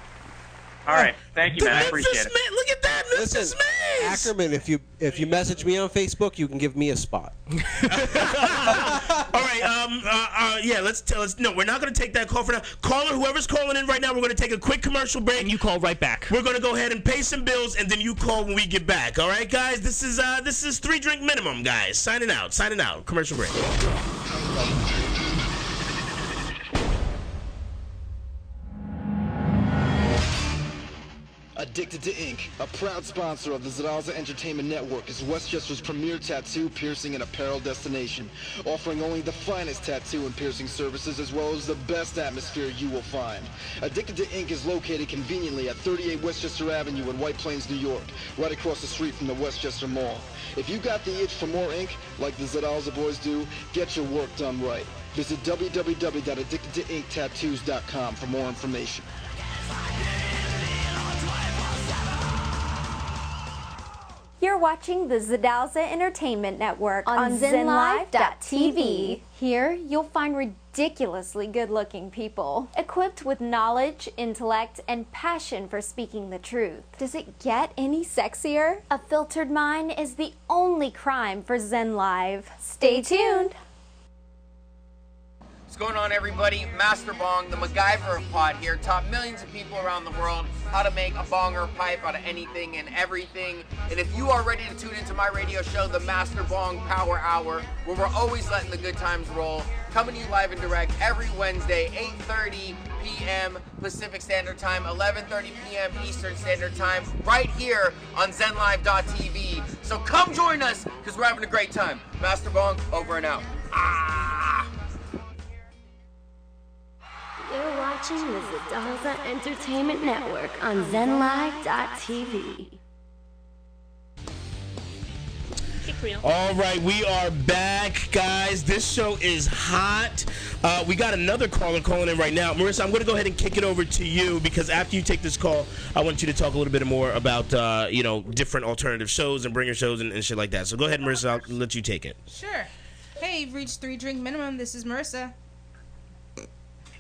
S6: All right. Thank you, man. I appreciate
S1: Memphis
S6: it.
S1: Man, look at that, Memphis
S3: Listen,
S1: Man.
S3: Ackerman, if you if you message me on Facebook, you can give me a spot.
S1: All right, um, uh, uh, yeah, let's tell us. No, we're not going to take that call for now. Caller, whoever's calling in right now, we're going to take a quick commercial break.
S2: And you call right back.
S1: We're gonna go ahead and pay some bills, and then you call when we get back. All right, guys. This is uh, this is three drink minimum, guys. Signing out. Signing out. Commercial break.
S9: Addicted to Ink, a proud sponsor of the Zaraza Entertainment Network, is Westchester's premier tattoo, piercing, and apparel destination, offering only the finest tattoo and piercing services as well as the best atmosphere you will find. Addicted to Ink is located conveniently at 38 Westchester Avenue in White Plains, New York, right across the street from the Westchester Mall. If you got the itch for more ink, like the Zaraza boys do, get your work done right. Visit www.addictedtoinktattoos.com for more information.
S10: You're watching the Zidalza Entertainment Network
S11: On
S10: on,
S11: ZenLive.tv.
S10: ZenLive.tv. Here, you'll find ridiculously good looking people, equipped with knowledge, intellect, and passion for speaking the truth. Does it get any sexier? A filtered mind is the only crime for Zen Live. Stay tuned!
S12: What's going on, everybody? Master Bong, the MacGyver of Pod here, taught millions of people around the world how to make a bonger pipe out of anything and everything. And if you are ready to tune into my radio show, the Master Bong Power Hour, where we're always letting the good times roll, coming to you live and direct every Wednesday, 8.30 p.m. Pacific Standard Time, 11.30 p.m. Eastern Standard Time, right here on zenlive.tv. So come join us, because we're having a great time. Master Bong, over and out. Ah!
S11: You're watching the Zidalza Entertainment Network on ZenLive.tv.
S1: All right, we are back, guys. This show is hot. Uh, we got another caller calling in right now. Marissa, I'm going to go ahead and kick it over to you because after you take this call, I want you to talk a little bit more about uh, you know different alternative shows and bringer shows and, and shit like that. So go ahead, Marissa. I'll let you take it.
S5: Sure. Hey, you've reached three drink minimum. This is Marissa.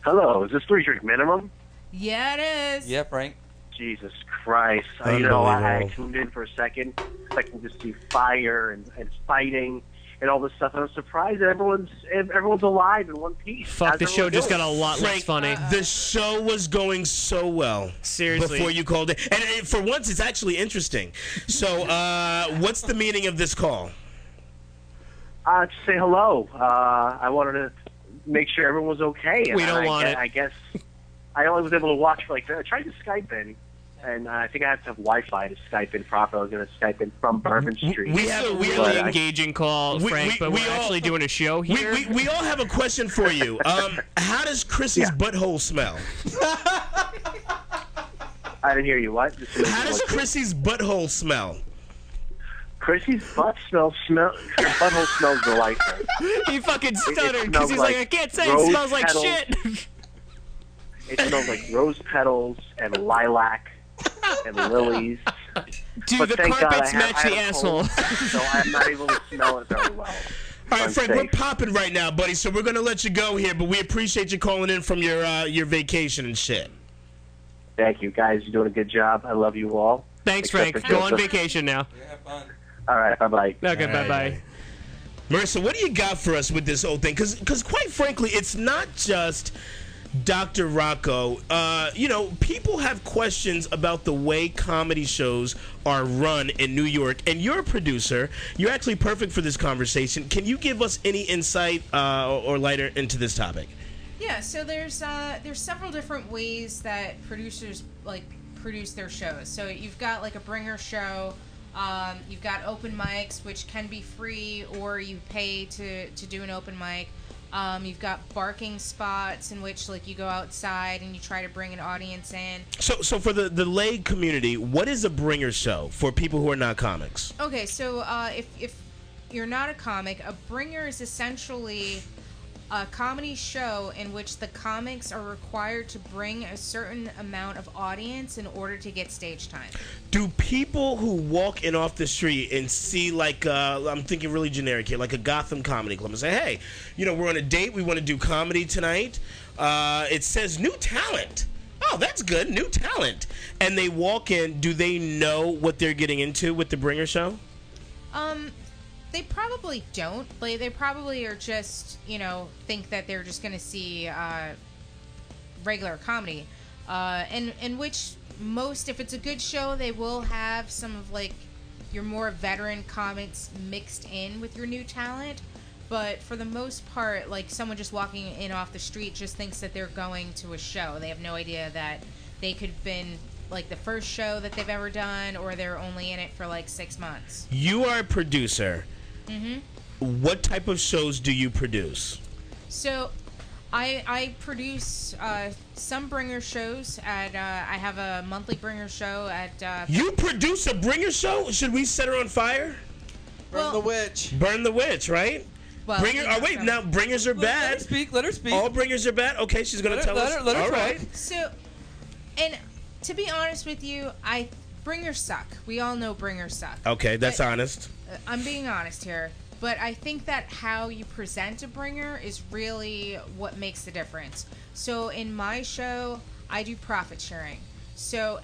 S8: Hello, is this three drink minimum?
S5: Yeah, it is.
S8: Yep, right. Jesus Christ. I, you know, I, I tuned in for a second, expecting to see fire and, and fighting and all this stuff, and I'm surprised that everyone's everyone's alive in one piece.
S2: Fuck,
S8: How's
S2: the show
S8: everyone
S2: just
S8: doing?
S2: got a lot less funny.
S1: The show was going so well.
S2: Seriously.
S1: Before you called it. And, and for once, it's actually interesting. So, uh, what's the meaning of this call?
S8: Uh, to say hello. Uh, I wanted to make sure everyone was okay. and
S1: We don't
S8: I,
S1: want
S8: gue-
S1: it.
S8: I guess I only was able to watch for like I tried to Skype in, and I think I have to have Wi-Fi to Skype in properly. I was going to Skype in from Bourbon Street.
S2: We have a really engaging call,
S1: We-
S2: Frank,
S1: we-
S2: but
S1: we
S2: we're
S1: all-
S2: actually doing a show
S1: We,
S2: here.
S1: we, we all have a question for you. Um, how does Chris's butthole smell?
S8: I didn't hear you. What?
S1: How does Chrissy's butthole smell?
S8: Chrissy's butt smells smell. Her butthole smells delightful.
S2: he fucking stuttered because
S8: smells
S2: he's like,
S8: like
S2: I can't say it
S8: rose
S2: smells like
S8: petals.
S2: shit.
S8: It smells like rose petals and lilac and lilies.
S2: Dude,
S8: but
S2: the
S8: thank God I
S2: carpets
S8: have-
S2: match
S8: I
S2: the
S8: have a cold, so I'm not able to smell it very
S1: All
S8: well.
S1: right,
S8: I'm
S1: Frank,
S8: safe.
S1: we're popping right now, buddy. So we're gonna let you go here, but we appreciate you calling in from your uh, your vacation and shit.
S8: Thank you, guys. You're doing a good job. I love you all.
S2: Thanks,
S8: Except
S2: Frank.
S8: for
S2: Go
S8: Joseph.
S2: on vacation now.
S8: All right, bye bye.
S2: Okay, bye bye.
S1: Marissa, what do you got for us with this whole thing? Because, quite frankly, it's not just Dr. Rocco. Uh, you know, people have questions about the way comedy shows are run in New York. And you're a producer. You're actually perfect for this conversation. Can you give us any insight uh, or lighter into this topic?
S5: Yeah, so there's uh, there's several different ways that producers like produce their shows. So you've got like a bringer show, um, you've got open mics which can be free or you pay to to do an open mic. Um, you've got barking spots in which like you go outside and you try to bring an audience in.
S1: So, so for the, the lay community, what is a bringer show for people who are not comics?
S5: Okay, so uh, if if you're not a comic, a bringer is essentially a comedy show in which the comics are required to bring a certain amount of audience in order to get stage time.
S1: Do people who walk in off the street and see like uh, I'm thinking really generic here, like a Gotham comedy club, and say, "Hey, you know, we're on a date. We want to do comedy tonight. Uh, it says new talent. Oh, that's good, new talent." And they walk in. Do they know what they're getting into with the bringer show?
S5: Um, they probably don't. Like, they probably are just, you know, think that they're just going to see uh, regular comedy. Uh, and in which most, if it's a good show, they will have some of like your more veteran comics mixed in with your new talent. But for the most part, like someone just walking in off the street just thinks that they're going to a show. They have no idea that they could have been like the first show that they've ever done, or they're only in it for like six months.
S1: You are a producer.
S5: Mm-hmm.
S1: What type of shows do you produce?
S5: So, I I produce uh, some bringer shows at. Uh, I have a monthly bringer show at. Uh,
S1: You produce a bringer show? Should we set her on fire? Burn the
S7: witch.
S1: Burn the witch, right?
S5: Well,
S1: bringer.
S5: we
S1: Oh
S5: don't
S1: wait,
S5: know.
S1: now bringers are
S5: Let- let
S1: bad.
S5: her
S7: speak. Let her speak.
S1: All bringers are bad. Okay, she's gonna
S7: Let her-
S1: tell
S7: let
S1: us.
S7: her- let her
S1: all
S7: talk.
S1: right.
S5: so, and to be honest with you, I bringers suck. We all know bringers suck.
S1: Okay, that's
S5: But-
S1: honest.
S5: Uh, I'm being honest here, but I think that how you present a bringer is really what makes the difference. So in my show, I do profit sharing. So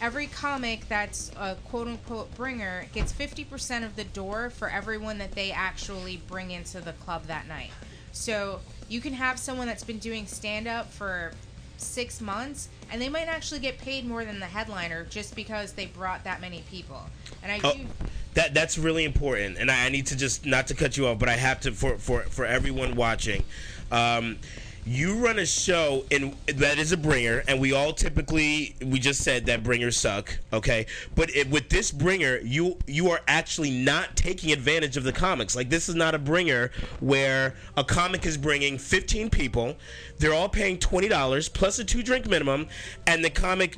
S5: every comic that's a quote unquote bringer gets 50% of the door for everyone that they actually bring into the club that night. So you can have someone that's been doing stand up for six months and they might actually get paid more than the headliner just because they brought that many people. And I
S1: Oh,
S5: do
S1: that that's really important, and I, I need to just not to cut you off, but I have to for for for everyone watching. Um, you run a show and that is a bringer, and we all typically we just said that bringers suck, okay? But it, with this bringer, you you are actually not taking advantage of the comics. Like this is not a bringer where a comic is bringing 15 people, they're all paying twenty dollars plus a two drink minimum, and the comic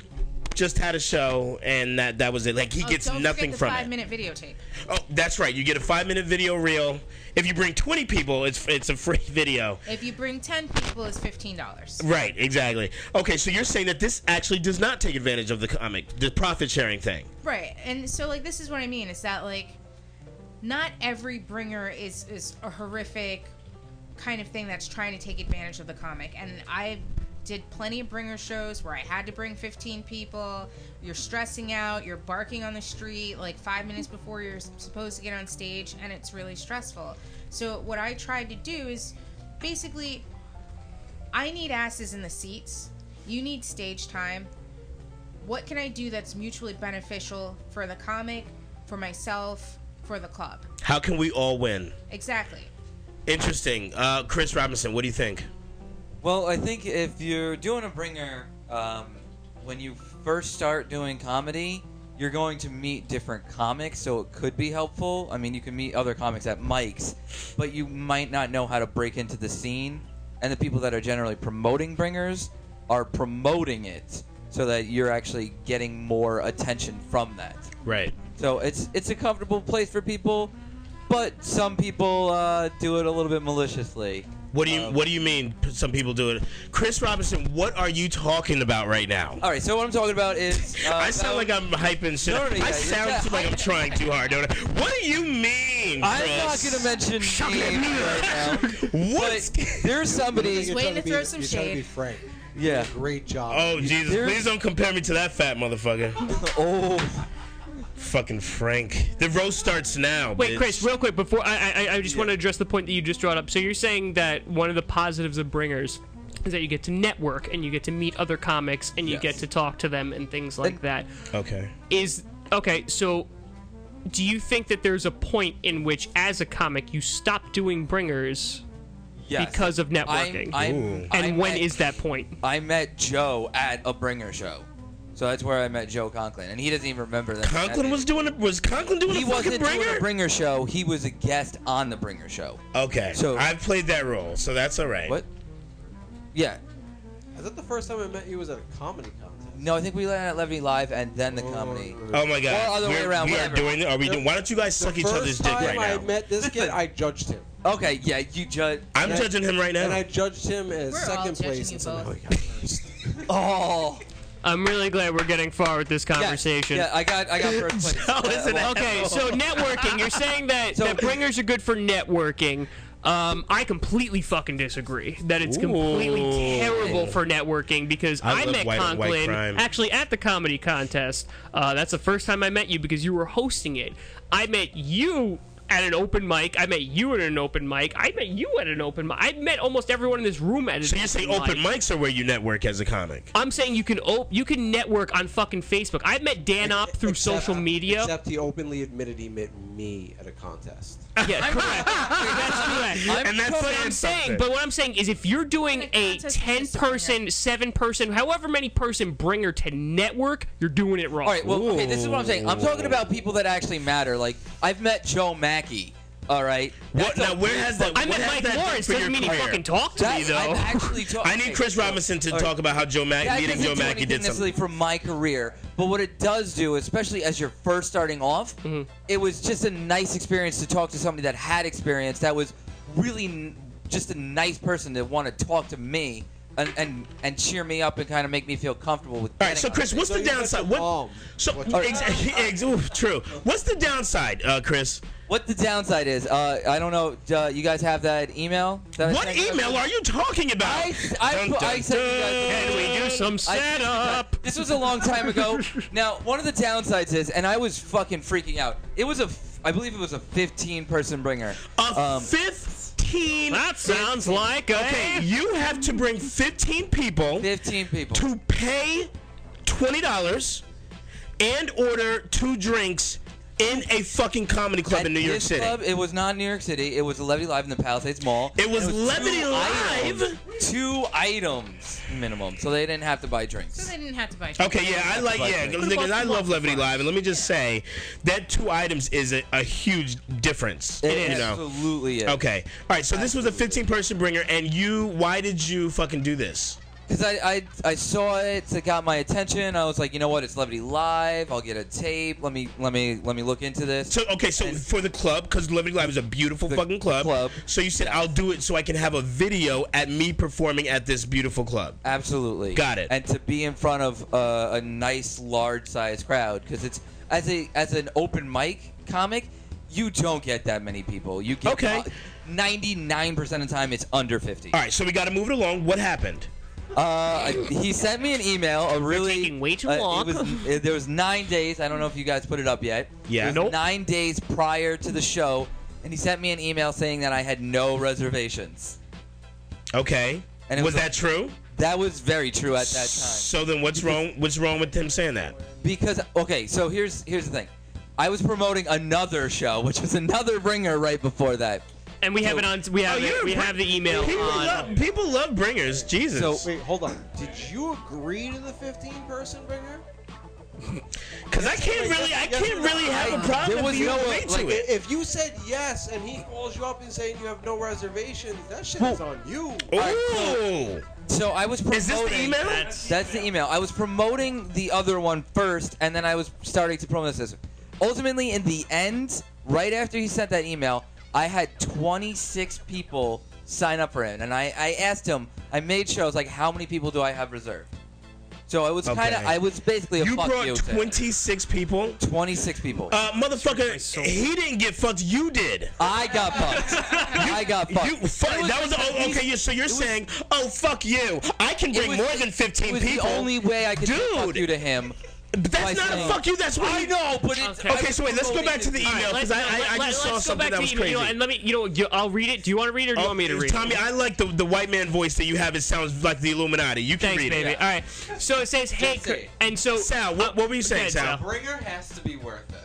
S1: just had a show and that that was it. Like he
S5: Oh,
S1: gets
S5: don't
S1: nothing
S5: forget the
S1: from it.
S5: five minute videotape.
S1: Oh, that's right. You get a five minute video reel. If you bring 20 people, it's it's a free video.
S5: If you bring ten people, it's fifteen dollars.
S1: Right, exactly. Okay, so you're saying that this actually does not take advantage of the comic, the profit sharing thing.
S5: Right, and so like this is what I mean is that like, not every bringer is is a horrific kind of thing that's trying to take advantage of the comic. And I did plenty of bringer shows where I had to bring fifteen people. You're stressing out. You're barking on the street like five minutes before you're s- supposed to get on stage, and it's really stressful. So what I tried to do is basically I need asses in the seats. You need stage time. What can I do that's mutually beneficial for the comic, for myself, for the club?
S1: How can we all win?
S5: Exactly.
S1: Interesting. Uh, Chris Robinson, what do you think?
S9: Well, I think if you're doing a bringer, um, when you first start doing comedy, you're going to meet different comics, so it could be helpful. I mean, you can meet other comics at mics, but you might not know how to break into the scene. And the people that are generally promoting bringers are promoting it so that you're actually getting more attention from that.
S1: Right.
S9: So it's it's a comfortable place for people, but some people uh, do it a little bit maliciously.
S1: What do you
S9: Um,
S1: What do you mean? p- Some people do it. Chris Robinson, what are you talking about right now?
S9: All right, so what I'm talking about is uh,
S1: I sound like I'm hyping shit.
S9: No, no, yeah,
S1: I sound
S9: yeah.
S1: like I'm trying too hard, don't I? What do you mean?
S9: I'm not
S1: Chris?
S9: gonna mention names right
S1: now.
S9: what? But there's somebody
S3: You're trying be- you're trying to be frank.
S9: Yeah.
S3: Great job.
S1: Oh Jesus! Please don't compare me to that fat motherfucker.
S9: oh.
S1: Fucking Frank. The roast starts now.
S2: Wait,
S1: bitch.
S2: Chris, real quick before I I, I- I just want to address the point that you just brought up. So you're saying that one of the positives of Bringers is that you get to network and you get to meet other comics and you
S1: Yes.
S2: get to talk to them and things like that.
S1: Okay.
S2: Is okay. So do you think that there's a point in which, as a comic, you stop doing Bringers?
S9: Yes.
S2: Because of networking,
S9: I'm- I'm- Ooh.
S2: and
S9: I'm
S2: when is
S9: at-
S2: that point?
S9: I met Joe at a bringer show, so that's where I met Joe Conklin, and he doesn't even remember that.
S1: Conklin was doing a, was Conklin doing a
S9: he
S1: fucking
S9: wasn't doing
S1: bringer?
S9: a bringer show. He was a guest on the bringer show.
S1: okay. So I played that role, so that's all right.
S9: What? Yeah.
S3: I thought the first time I met you was at a comedy contest.
S9: No, I think we let it levity live and then the comedy.
S1: Oh my god.
S9: Or other way
S1: We're-
S9: around.
S1: we are
S9: whatever.
S1: doing are we doing why don't you guys suck each other's dick right now?
S3: met this kid, I judged him.
S9: Okay, yeah, you judge.
S1: I'm
S3: And I-
S1: judging him right now.
S3: And I judged him as
S5: We're all
S3: second
S5: judging
S3: place.
S5: you
S3: And somehow
S5: both.
S3: he got
S9: Oh.
S2: I'm really glad we're getting far with this conversation.
S9: Yeah, I got I got first place. Uh, Well,
S2: okay, so networking. You're saying that, that bringers are good for networking. Um, I completely fucking disagree that it's completely
S1: Ooh.
S2: terrible for networking because
S1: I
S2: I,
S1: love
S2: met
S1: white on white
S2: Conklin
S1: crime.
S2: actually at the comedy contest. Uh, that's the first time I met you because you were hosting it. I met you at an open mic. I met you at an open mic. I met you at an open mic. I met almost everyone in this room at an
S1: So you say open
S2: mic.
S1: mics are where you network as a comic.
S2: I'm saying you can op- you can network on fucking Facebook. I met Dan Op through social media.
S3: Except he openly admitted he met me at a contest.
S2: Yeah, correct. that's correct.
S3: I'm
S2: and that's
S3: totally
S2: what I'm saying.
S3: something.
S2: But what I'm saying is, if you're doing a ten person, seven person, however many person bringer to network, you're doing it wrong.
S9: All right, well, okay, this is what I'm saying. I'm talking about people that actually matter. Like, I've met Joe Mackey. All right.
S1: What
S9: That's
S1: now
S9: a-
S1: where has that
S2: I
S1: what
S2: met
S1: has
S2: Mike
S1: that done
S2: Lawrence,
S1: for
S2: doesn't
S1: your
S2: mean he
S1: career?
S2: fucking talked to
S9: That's-
S2: me, though.
S9: I'm actually talk-
S1: I need Chris Robinson to
S9: All right.
S1: talk about how Joe Mackey
S9: Yeah, it
S1: meeting
S9: doesn't
S1: Joe
S9: do
S1: Mackey
S9: anything
S1: did something.
S9: necessarily for my career, but what it does do, especially as you're first starting off,
S1: Mm-hmm.
S9: it was just a nice experience to talk to somebody that had experience that was really n- just a nice person to want to talk to me and and, and cheer me up and kind of make me feel comfortable with.
S1: All right, so Chris, what's the downside? What, so ex- ex- ooh, true. What's the downside, uh, Chris?
S9: What the downside is? Uh, I don't know. Uh, you guys have that email? That I
S1: What
S9: sent you?
S1: email are you talking about?
S9: I, I,
S1: Dun,
S9: put- I
S1: dun,
S9: sent you
S1: dun.
S9: guys.
S1: Can we do some
S9: I sent you guys- This was a long time ago. now, one of the downsides is, and I was fucking freaking out. It was a, f- I believe it was a 15 person bringer.
S1: A
S9: Um,
S1: 15.
S2: That sounds like a-
S1: Okay, you have to bring 15 people.
S9: 15 people.
S1: To pay $20 and order two drinks in a fucking comedy club in New York
S9: this
S1: City.
S9: club, it was not New York City. It was Levity Live in the Palisades Mall.
S1: It was
S9: And
S1: Levity
S9: two
S1: Live?
S9: Items, two items minimum, so they didn't have to buy drinks.
S5: So they didn't have to buy.
S1: Okay, yeah, I like yeah, because I love Levity Live, and let me just say that two items is a, a huge difference.
S9: It
S1: you know?
S9: absolutely is.
S1: Okay, all right. So this was a 15 person bringer, and you, why did you fucking do this?
S9: Because I, I I saw it, it got my attention. I was like, you know what? It's Levity Live. I'll get a tape. Let me let me let me look into this.
S1: So okay, so for the club, because Levity Live is a beautiful fucking club. So you said I'll do it so I can have a video at me performing at this beautiful club.
S9: Absolutely.
S1: Got it.
S9: And to be in front of uh, a nice, large-sized crowd because it's as a as an open mic comic, you don't get that many people. You get
S1: Okay.
S9: Ninety-nine percent of the time, it's under fifty.
S1: All right, so we got to move it along. What happened?
S9: Uh, he sent me an email. A really taking way
S2: too long.
S9: It was, it- there was nine days. I don't know if you guys put it up yet.
S1: Yeah.
S9: It was
S1: Nope.
S9: Nine days prior to the show, and he sent me an email saying that I had no reservations.
S1: Okay.
S9: And it
S1: was
S9: was
S1: that true?
S9: That was very true at that time.
S1: So then, what's wrong? What's wrong with him saying that?
S9: Because okay, so here's here's the thing. I was promoting another show, which was another ringer right before that.
S2: And we have it on. We have
S1: you're
S2: it,
S1: a
S2: we
S1: br-
S2: have the email
S1: People
S2: on.
S1: love- people love bringers. Jesus.
S3: So wait, hold on. Did you agree to the 15 person bringer?
S1: Because I can't really, I can't really have a problem if you agree to
S3: like,
S1: it.
S3: If you said yes and he calls you up and saying you have no reservations, that shit is on you.
S1: Oh. Ooh.
S9: So I was promoting.
S3: Is this the email?
S9: That's, the email. I was promoting the other one first, and then I was starting to promote this. Ultimately, in the end, right after he sent that email, I had 26 people sign up for him, and I, I asked him. I made sure I was like, "How many people do I have reserved?" So I was kind of,
S1: Okay.
S9: I was basically a
S1: You
S9: fuck
S1: brought
S9: you. to him.
S1: 26 people.
S9: 26 people.
S1: Uh, motherfucker, he didn't get fucked. You did.
S9: I got fucked. I got fucked.
S1: You fuck, that was oh, okay. you- So you're saying, oh fuck you. I can
S9: It
S1: bring
S9: was
S1: more
S9: the-
S1: than 15
S9: it was
S1: people.
S9: the only way I could say fuck
S1: Dude.
S9: you to him.
S1: But
S9: by
S1: that's not
S9: saying-
S1: a fuck you. That's what
S9: I
S1: he-
S9: know, but it's,
S1: Okay, so wait, let's go back to the
S2: All right,
S1: email
S2: let's-
S1: because I, I, I just
S2: let- let's
S1: saw
S2: go
S1: something
S2: back to
S1: that was
S2: the email,
S1: crazy.
S2: and let me, you know, you- I'll read it. Do you want to read it, or do you want me to read it?
S1: Tommy, I like the, the white man voice that you have. It sounds like the Illuminati. You can
S2: Thanks,
S1: read
S2: baby.
S1: it.
S2: All right. So it says, "Hey,"
S7: Just say it.
S2: and so
S1: Sal, what, what were you saying, Sal?
S7: Bringer has to be worth it.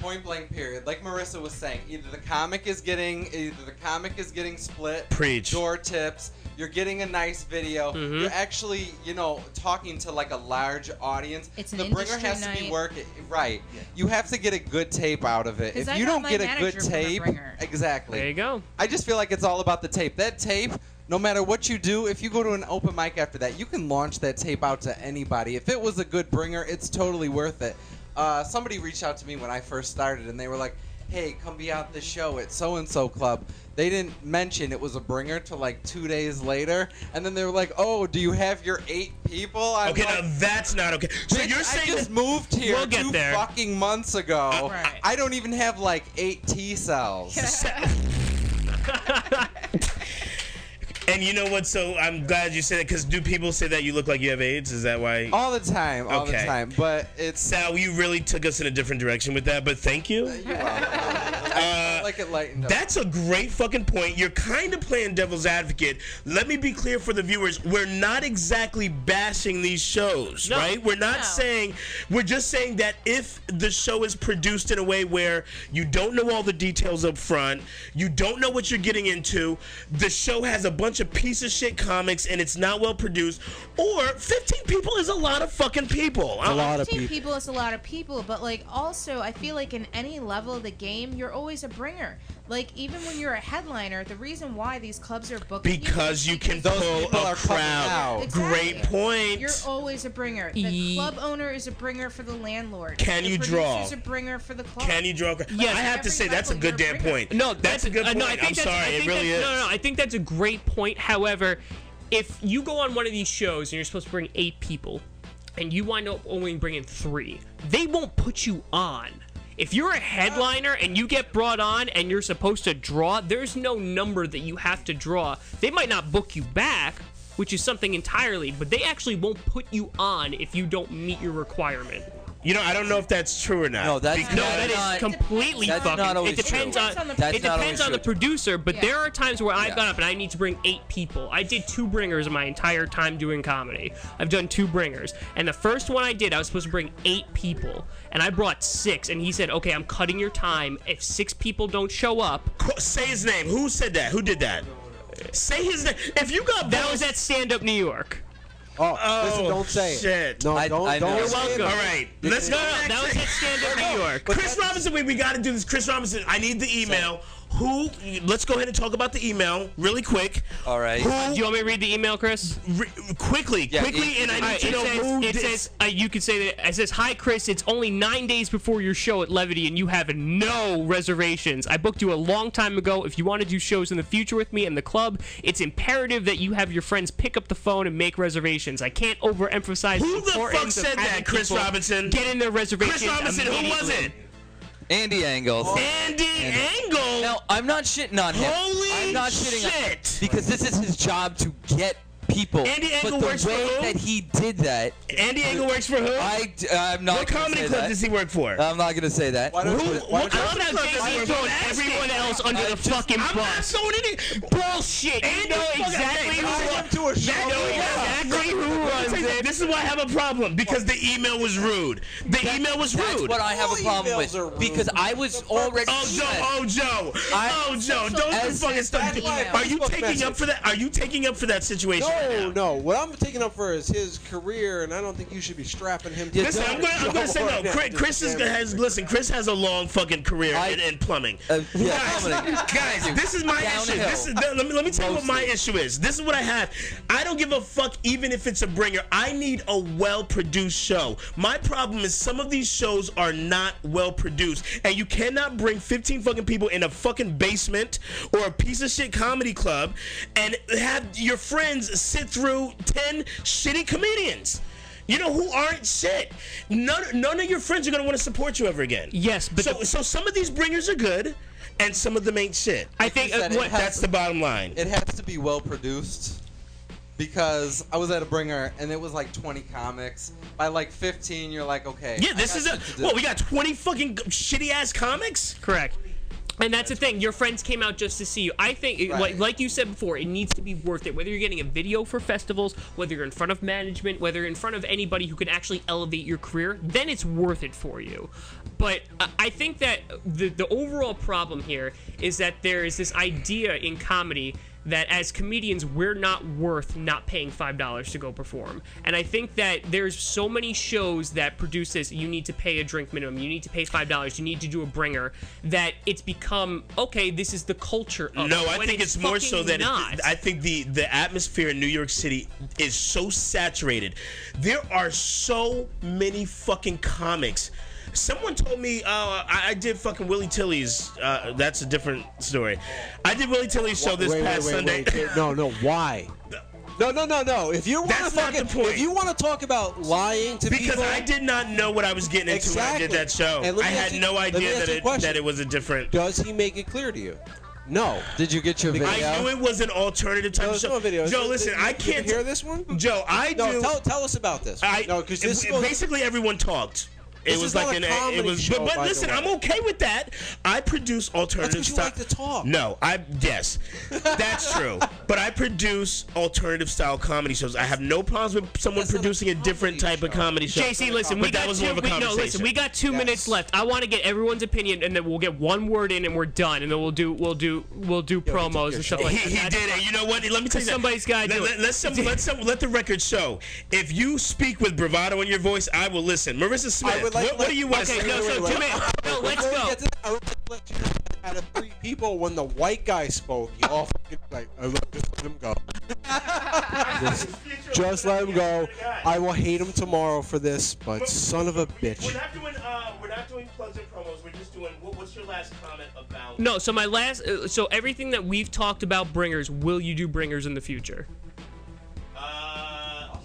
S7: Point blank. Period. Like Marissa was saying, either the comic is getting either the comic is getting split.
S1: Preach.
S7: Door tips. You're getting a nice video.
S1: Mhm.
S7: You're actually, you know, talking to like a large audience.
S5: It's an
S7: the bringer
S5: industry
S7: has to
S5: night.
S7: be worth it. Right. You have to get a good tape out of it.
S5: 'Cause
S7: If
S5: I
S7: you
S5: got
S7: don't
S5: my
S7: get a good
S5: manager from the
S7: tape,
S5: Bringer.
S7: exactly. There you
S2: go.
S7: I just feel like it's all about the tape. That tape No matter what you do, if you go to an open mic after that, you can launch that tape out to anybody. If it was a good bringer, it's totally worth it. Uh, somebody reached out to me when I first started, and they were like, "Hey, come be out the show at so and so club." They didn't mention it was a bringer till like two days later, and then they were like, "Oh, do you have your eight people?" I'm
S1: Okay,
S7: like,
S1: now that's not okay. So
S7: Bitch,
S1: you're saying
S7: I just
S1: that-
S7: moved here
S1: We'll get
S7: two
S1: there.
S7: fucking months ago.
S1: Right.
S7: I don't even have like eight T cells.
S1: And you know what? So I'm glad you said it because do people say that you look like you have AIDS? Is that why?
S7: All the time, all the time. But it's
S1: Sal, you really took us in a different direction with that. But thank you.
S7: I like it lightened up.
S1: That's a great fucking point. You're kind of playing devil's advocate. Let me be clear for the viewers. We're not exactly bashing these shows, right? We're not saying, we're just saying that if the show is produced in a way where you don't know all the details up front, you don't know what you're getting into, the show has a bunch of piece of shit comics and it's not well produced, or 15 people is a lot of fucking people. Uh, A lot
S5: 15 people. is a lot of people, but like also, I feel like in any level of the game, you're always a bringer. Like even when you're a headliner, the reason why these clubs are booking you
S1: Because you can pull
S7: people
S1: a
S7: are coming
S1: crowd.
S7: out.
S1: Great point.
S5: You're always a bringer. The
S1: Ye-
S5: club owner is a bringer for the landlord.
S1: Can
S5: the
S1: you draw?
S5: producer's a bringer for the club.
S1: Can you draw? Yeah, I have to say that's a good damn point.
S2: No,
S1: that's a good
S2: Uh,
S1: point.
S2: no, I think
S1: I'm
S2: that's- I
S1: sorry, it
S2: think
S1: really
S2: that's-
S1: is.
S2: No, no, no, I think that's a great point. However, if you go on one of these shows and you're supposed to bring eight people, and you wind up only bringing three, they won't put you on. If you're a headliner and you get brought on and you're supposed to draw, there's no number that you have to draw. They might not book you back, which is something entirely, but they actually won't put you on if you don't meet your requirement.
S1: You know, I don't know if that's true or not.
S2: No, that's
S1: Because-
S2: no, that is completely
S1: That's
S2: fucking.
S1: not always
S2: it depends
S1: true.
S2: on,
S1: That's
S2: it
S1: not always
S2: depends on the
S1: true.
S2: producer, but
S1: Yeah.
S2: there are times where I've
S1: Yeah.
S2: gone up and I need to bring eight people. I did two bringers my entire time doing comedy. I've done two bringers, and the first one I did, I was supposed to bring eight people, and I brought six, and he said, "Okay, I'm cutting your time. If six people don't show up,
S1: say his name. Who said that? Who did that? Say his name. If you got
S2: that was at Stand Up New York.
S3: Oh,
S1: Oh,
S3: listen, don't say
S1: shit.
S3: it. No, don't. don't
S2: You're
S3: say
S2: welcome.
S3: It.
S1: All right, let's go.
S2: No, no,
S1: back
S2: that
S1: to-
S2: was at Stand Up New York.
S1: Chris Robinson, we, we got to do this. Chris Robinson, I need the email. Who? Let's go ahead and talk about the email really quick.
S9: All right.
S2: Do you want me to read the email, Chris?
S1: quickly, quickly, and I need
S2: Alright,
S1: to
S2: it
S1: know
S2: says,
S1: who
S2: it
S1: did-
S2: says uh, you could say that it says hi Chris it's only nine days before your show at Levity and you have no reservations I booked you a long time ago if you want to do shows in the future with me and the club it's imperative that you have your friends pick up the phone and make reservations I can't overemphasize
S1: Who
S2: the
S1: the fuck
S2: importance of
S1: said
S2: having
S1: that, Chris
S2: people
S1: Robinson?
S2: get in their reservations
S1: Chris Robinson, who was
S2: immediately.
S1: it?
S9: Andy Angles.
S1: Andy Angle.
S9: Now I'm not shitting on him.
S1: Holy
S9: I'm not shitting on him
S1: shit.
S9: because this is his job to get people.
S1: Andy Angle
S9: but the
S1: works for
S9: way
S1: who?
S9: that he did that.
S1: Andy Angle works for who?
S9: I, am not.
S1: What
S9: gonna
S1: comedy
S9: say
S1: club
S9: that. Uh,
S1: does he work for?
S9: I'm not gonna say that.
S1: Who? What
S2: I love
S1: comedy
S2: how
S1: club does he
S2: Jay-Z
S1: work
S2: throwing
S1: for?
S2: everyone else under
S1: I
S2: the
S1: just-
S2: fucking
S1: I'm
S2: bus.
S1: not going any
S2: bullshit. You know exactly who run- you know exactly who runs it.
S1: This is why I have a problem because the email was rude. The email was rude.
S9: That's what I have a problem with because I was already.
S1: Oh Joe, oh Joe,
S9: I-
S1: oh Joe, don't you
S9: As-
S1: fucking start.
S9: That's why I
S1: Are you
S3: Facebook
S1: taking up
S3: message.
S1: for that? Are you taking up for that situation? right
S3: No,
S1: now?
S3: no. What I'm taking up for is his career, and I don't think you should be strapping him. To
S1: Listen, I'm gonna, I'm gonna say no. Chris, Chris is, has listen. Chris has a long fucking career in, in plumbing.
S9: Uh,
S1: guys, guys, this is my issue.
S3: Downhill.
S1: This is let me, let me tell you what my issue is. This is what I have. I don't give a fuck even if it's a bringer. I need a well produced show. My problem is some of these shows are not well produced, and you cannot bring 15 fucking people in a fucking basement or a piece of shit comedy club and have your friends sit through 10 shitty comedians. You know who aren't shit. None, none of your friends are gonna want to support you ever again.
S2: Yes, but
S1: so so some of these bringers are good, and some of them ain't shit.
S2: I
S7: Like
S2: think
S7: you uh, said, it what- has-
S1: that's the bottom line.
S7: It has to be well produced because I was at a bringer and it was like 20 comics. By like 15, you're like, okay.
S1: Yeah,
S7: I
S1: this
S7: got
S1: is a
S7: shit to do.
S1: well. We got twenty fucking shitty ass comics.
S2: Correct. And that's the thing. Your friends came out just to see you. I think, it- like,
S1: Right.
S2: like you said before, it needs to be worth it. Whether you're getting a video for festivals, whether you're in front of management, whether you're in front of anybody who can actually elevate your career, then it's worth it for you. But I- I think that the the overall problem here is that there is this idea in comedy that as comedians we're not worth not paying five dollars to go perform and i think that there's so many shows that produce this you need to pay a drink minimum you need to pay five dollars you need to do a bringer that it's become okay this is the culture of
S1: No,
S2: it,
S1: I
S2: when
S1: think it's, more so
S2: fucking
S1: that it-
S2: not.
S1: I think the the atmosphere in New York City is so saturated. There are so many fucking comics. Someone told me uh, I, I did fucking Willie Tilly's. Uh, that's a different story. I did Willie Tilly's show this
S3: wait, wait,
S1: past
S3: wait,
S1: Sunday.
S3: wait. No, no. Why? No, no, no, no. If you want to
S1: That's not
S3: fucking,
S1: the point.
S3: if you want to talk about lying to
S1: because
S3: people,
S1: I did not know what I was getting into when I
S3: Exactly.
S1: did that show.
S3: And let
S1: I
S3: me ask
S1: had
S3: you-
S1: no
S3: let me
S1: idea
S3: ask
S1: that
S3: you a
S1: it
S3: question.
S1: that it was a different.
S3: Does he make it clear to you? No. Did you get your
S1: I knew it was an alternative type of
S3: There's
S1: show.
S3: no videos.
S1: Joe,
S3: You-
S1: listen,
S3: you-
S1: I
S3: you
S1: can't
S3: hear this one.
S1: Joe, I
S3: no,
S1: do.
S3: Tell, tell us about this.
S1: I
S3: no, because this
S1: it-
S3: goes-
S1: basically everyone talked. It
S3: This
S1: was
S3: is
S1: like
S3: not
S1: an
S3: a
S1: it
S3: comedy
S1: was
S3: show,
S1: but, but
S3: by the
S1: listen,
S3: way.
S1: I'm okay with that. I produce alternative
S3: That's 'cause you
S1: style.
S3: like to talk.
S1: No, I yes. That's true. But I produce alternative style comedy shows. I have no problems with someone producing a, different type of comedy show.
S2: JC, listen,
S1: but
S2: we
S1: that
S2: got
S1: was
S2: two,
S1: more of a
S2: we,
S1: conversation.
S2: no, listen, we got two minutes left. I want to get everyone's opinion, and then we'll get one word in, and we're done, and then we'll do we'll do we'll do promos and stuff like
S1: he,
S2: that.
S1: He did it. You know what? Let me tell you.
S2: Somebody's got to
S1: let,
S2: do
S1: let,
S2: it.
S1: let, some, let, some, let the record show. If you speak with bravado in your voice, I will listen. Marissa Smith,
S3: would like-
S1: what, what do you want
S3: okay,
S1: to say?
S3: no, so two minutes.
S2: No,
S3: let's go. I would like to let you know, out of three people, when the white guy spoke, you all fucking like, I love, just let him go. just, just let him go. I will hate him tomorrow for this, but son of a bitch.
S1: not doing, uh, we're not doing plugs and promos. We're just doing, what's your last comment about?
S2: No, so my last, uh, so everything that we've talked about bringers, will you do bringers in the future?
S1: Uh,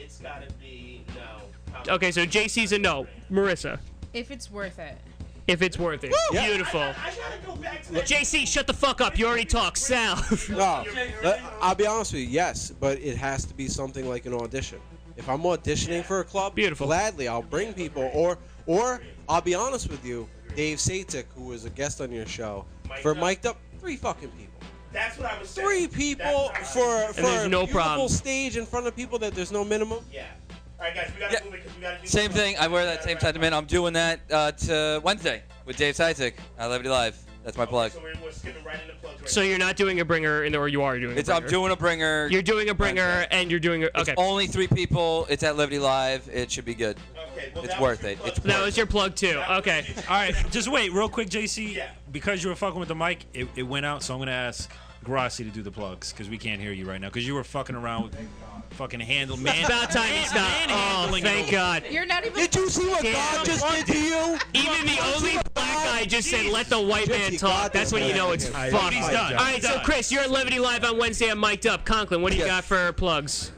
S1: it's got to be no.
S2: Okay, so JC's a no. Marissa,
S5: If it's worth it.
S2: if it's worth it,
S5: Yeah.
S2: beautiful. JC, shut the fuck up. You already talked. Sal.
S3: No, let- I'll be honest with you. Yes, but it has to be something like an audition. If I'm auditioning for a club, Beautiful. gladly I'll bring people. Or, or I'll be honest with you, Dave Satik, who was a guest on your show, for mic'd up three fucking people.
S1: That's what I was saying.
S3: Three people
S1: uh,
S3: for for
S2: there's
S3: a
S2: no
S3: beautiful
S2: problem.
S3: stage in front of people that there's no minimum.
S1: Yeah. All right, guys, we gotta move it because we gotta do.
S9: Same thing. I wear that same sentiment. I'm doing that uh, to Wednesday with Dave Sizek. I love you live. That's my plug.
S2: So you're not doing a bringer, in the, or you are doing.
S9: It's,
S2: a
S9: I'm
S2: bringer.
S9: doing a bringer.
S2: You're doing a bringer, and you're doing a. Okay.
S9: It's only three people. It's at Liberty Live. It should be good. it's worth it. It's
S2: that was your plug too. Okay.
S6: All right, just wait, real quick, JC. Because you were fucking with the mic, it, it went out, so I'm gonna ask Grassi to do the plugs because we can't hear you right now because you were fucking around with fucking handle man.
S2: It's about time you stopped. Oh,
S6: manhandling
S2: thank
S6: it.
S2: God.
S5: You're not even.
S3: Did you see what God just did to you?
S2: Even the only black guy just said, "Let the white man talk." That's when you know it's
S6: I-
S2: fucked.
S6: he's done.
S2: All right,
S6: He's
S2: so
S6: done.
S2: Chris, you're at Levity Live on Wednesday. I'm mic'd up. Conklin, what do you got for plugs?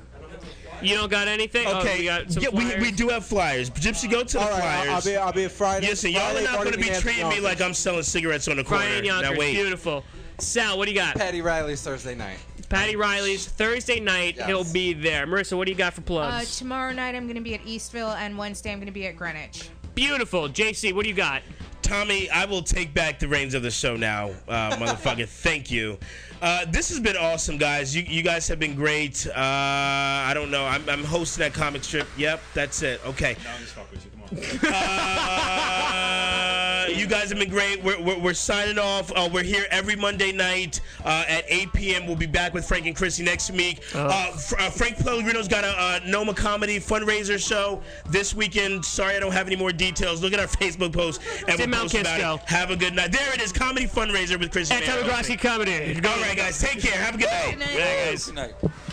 S2: You don't got anything? Oh,
S1: Okay,
S2: we got some
S1: yeah, we,
S2: flyers.
S1: we do have flyers. Gypsy, go to the
S3: All right, I'll-
S1: flyers.
S3: I'll be I'll be a Friday.
S1: Listen, y'all
S3: Friday,
S1: are not
S3: Barney
S1: going to be
S3: Manson
S1: treating me
S3: office.
S1: like I'm selling cigarettes on the corner.
S2: Brian
S1: now
S2: Yonkers,
S1: wait.
S2: beautiful. Sal, what do you got?
S7: Patty Riley's Thursday night.
S2: Patty Riley's Thursday night.
S7: Yes.
S2: He'll be there. Marissa, what do you got for
S5: Uh,
S2: plugs?
S5: tomorrow night I'm gonna be at Eastville, and Wednesday I'm gonna be at Greenwich.
S2: Beautiful. JC, what do you got?
S1: Tommy, I will take back the reins of the show now, uh, motherfucker. Thank you. Uh, this has been awesome, guys. You, you guys have been great. Uh, I don't know. I'm, I'm hosting that comic strip. Yep, that's it. Okay.
S6: I'm just fucking with you. Come on.
S1: Uh, you guys have been great. We're, we're, we're signing off. Uh, we're here every Monday night uh, at 8 p.m. We'll be back with Frank and Chrissy next week. Uh, Fr- uh, Frank Pellegrino's got a uh, Noma comedy fundraiser show this weekend. Sorry, I don't have any more details. Look at our Facebook post and
S2: It's in
S1: we'll
S2: Mount
S1: post about
S2: Kisco.
S1: it. Have a good night. There it is, comedy fundraiser with Chrissy.
S2: At
S1: Mayer.
S2: Tommy Grassi Comedy.
S1: All right, guys, take care. Have a good night.
S9: Good night.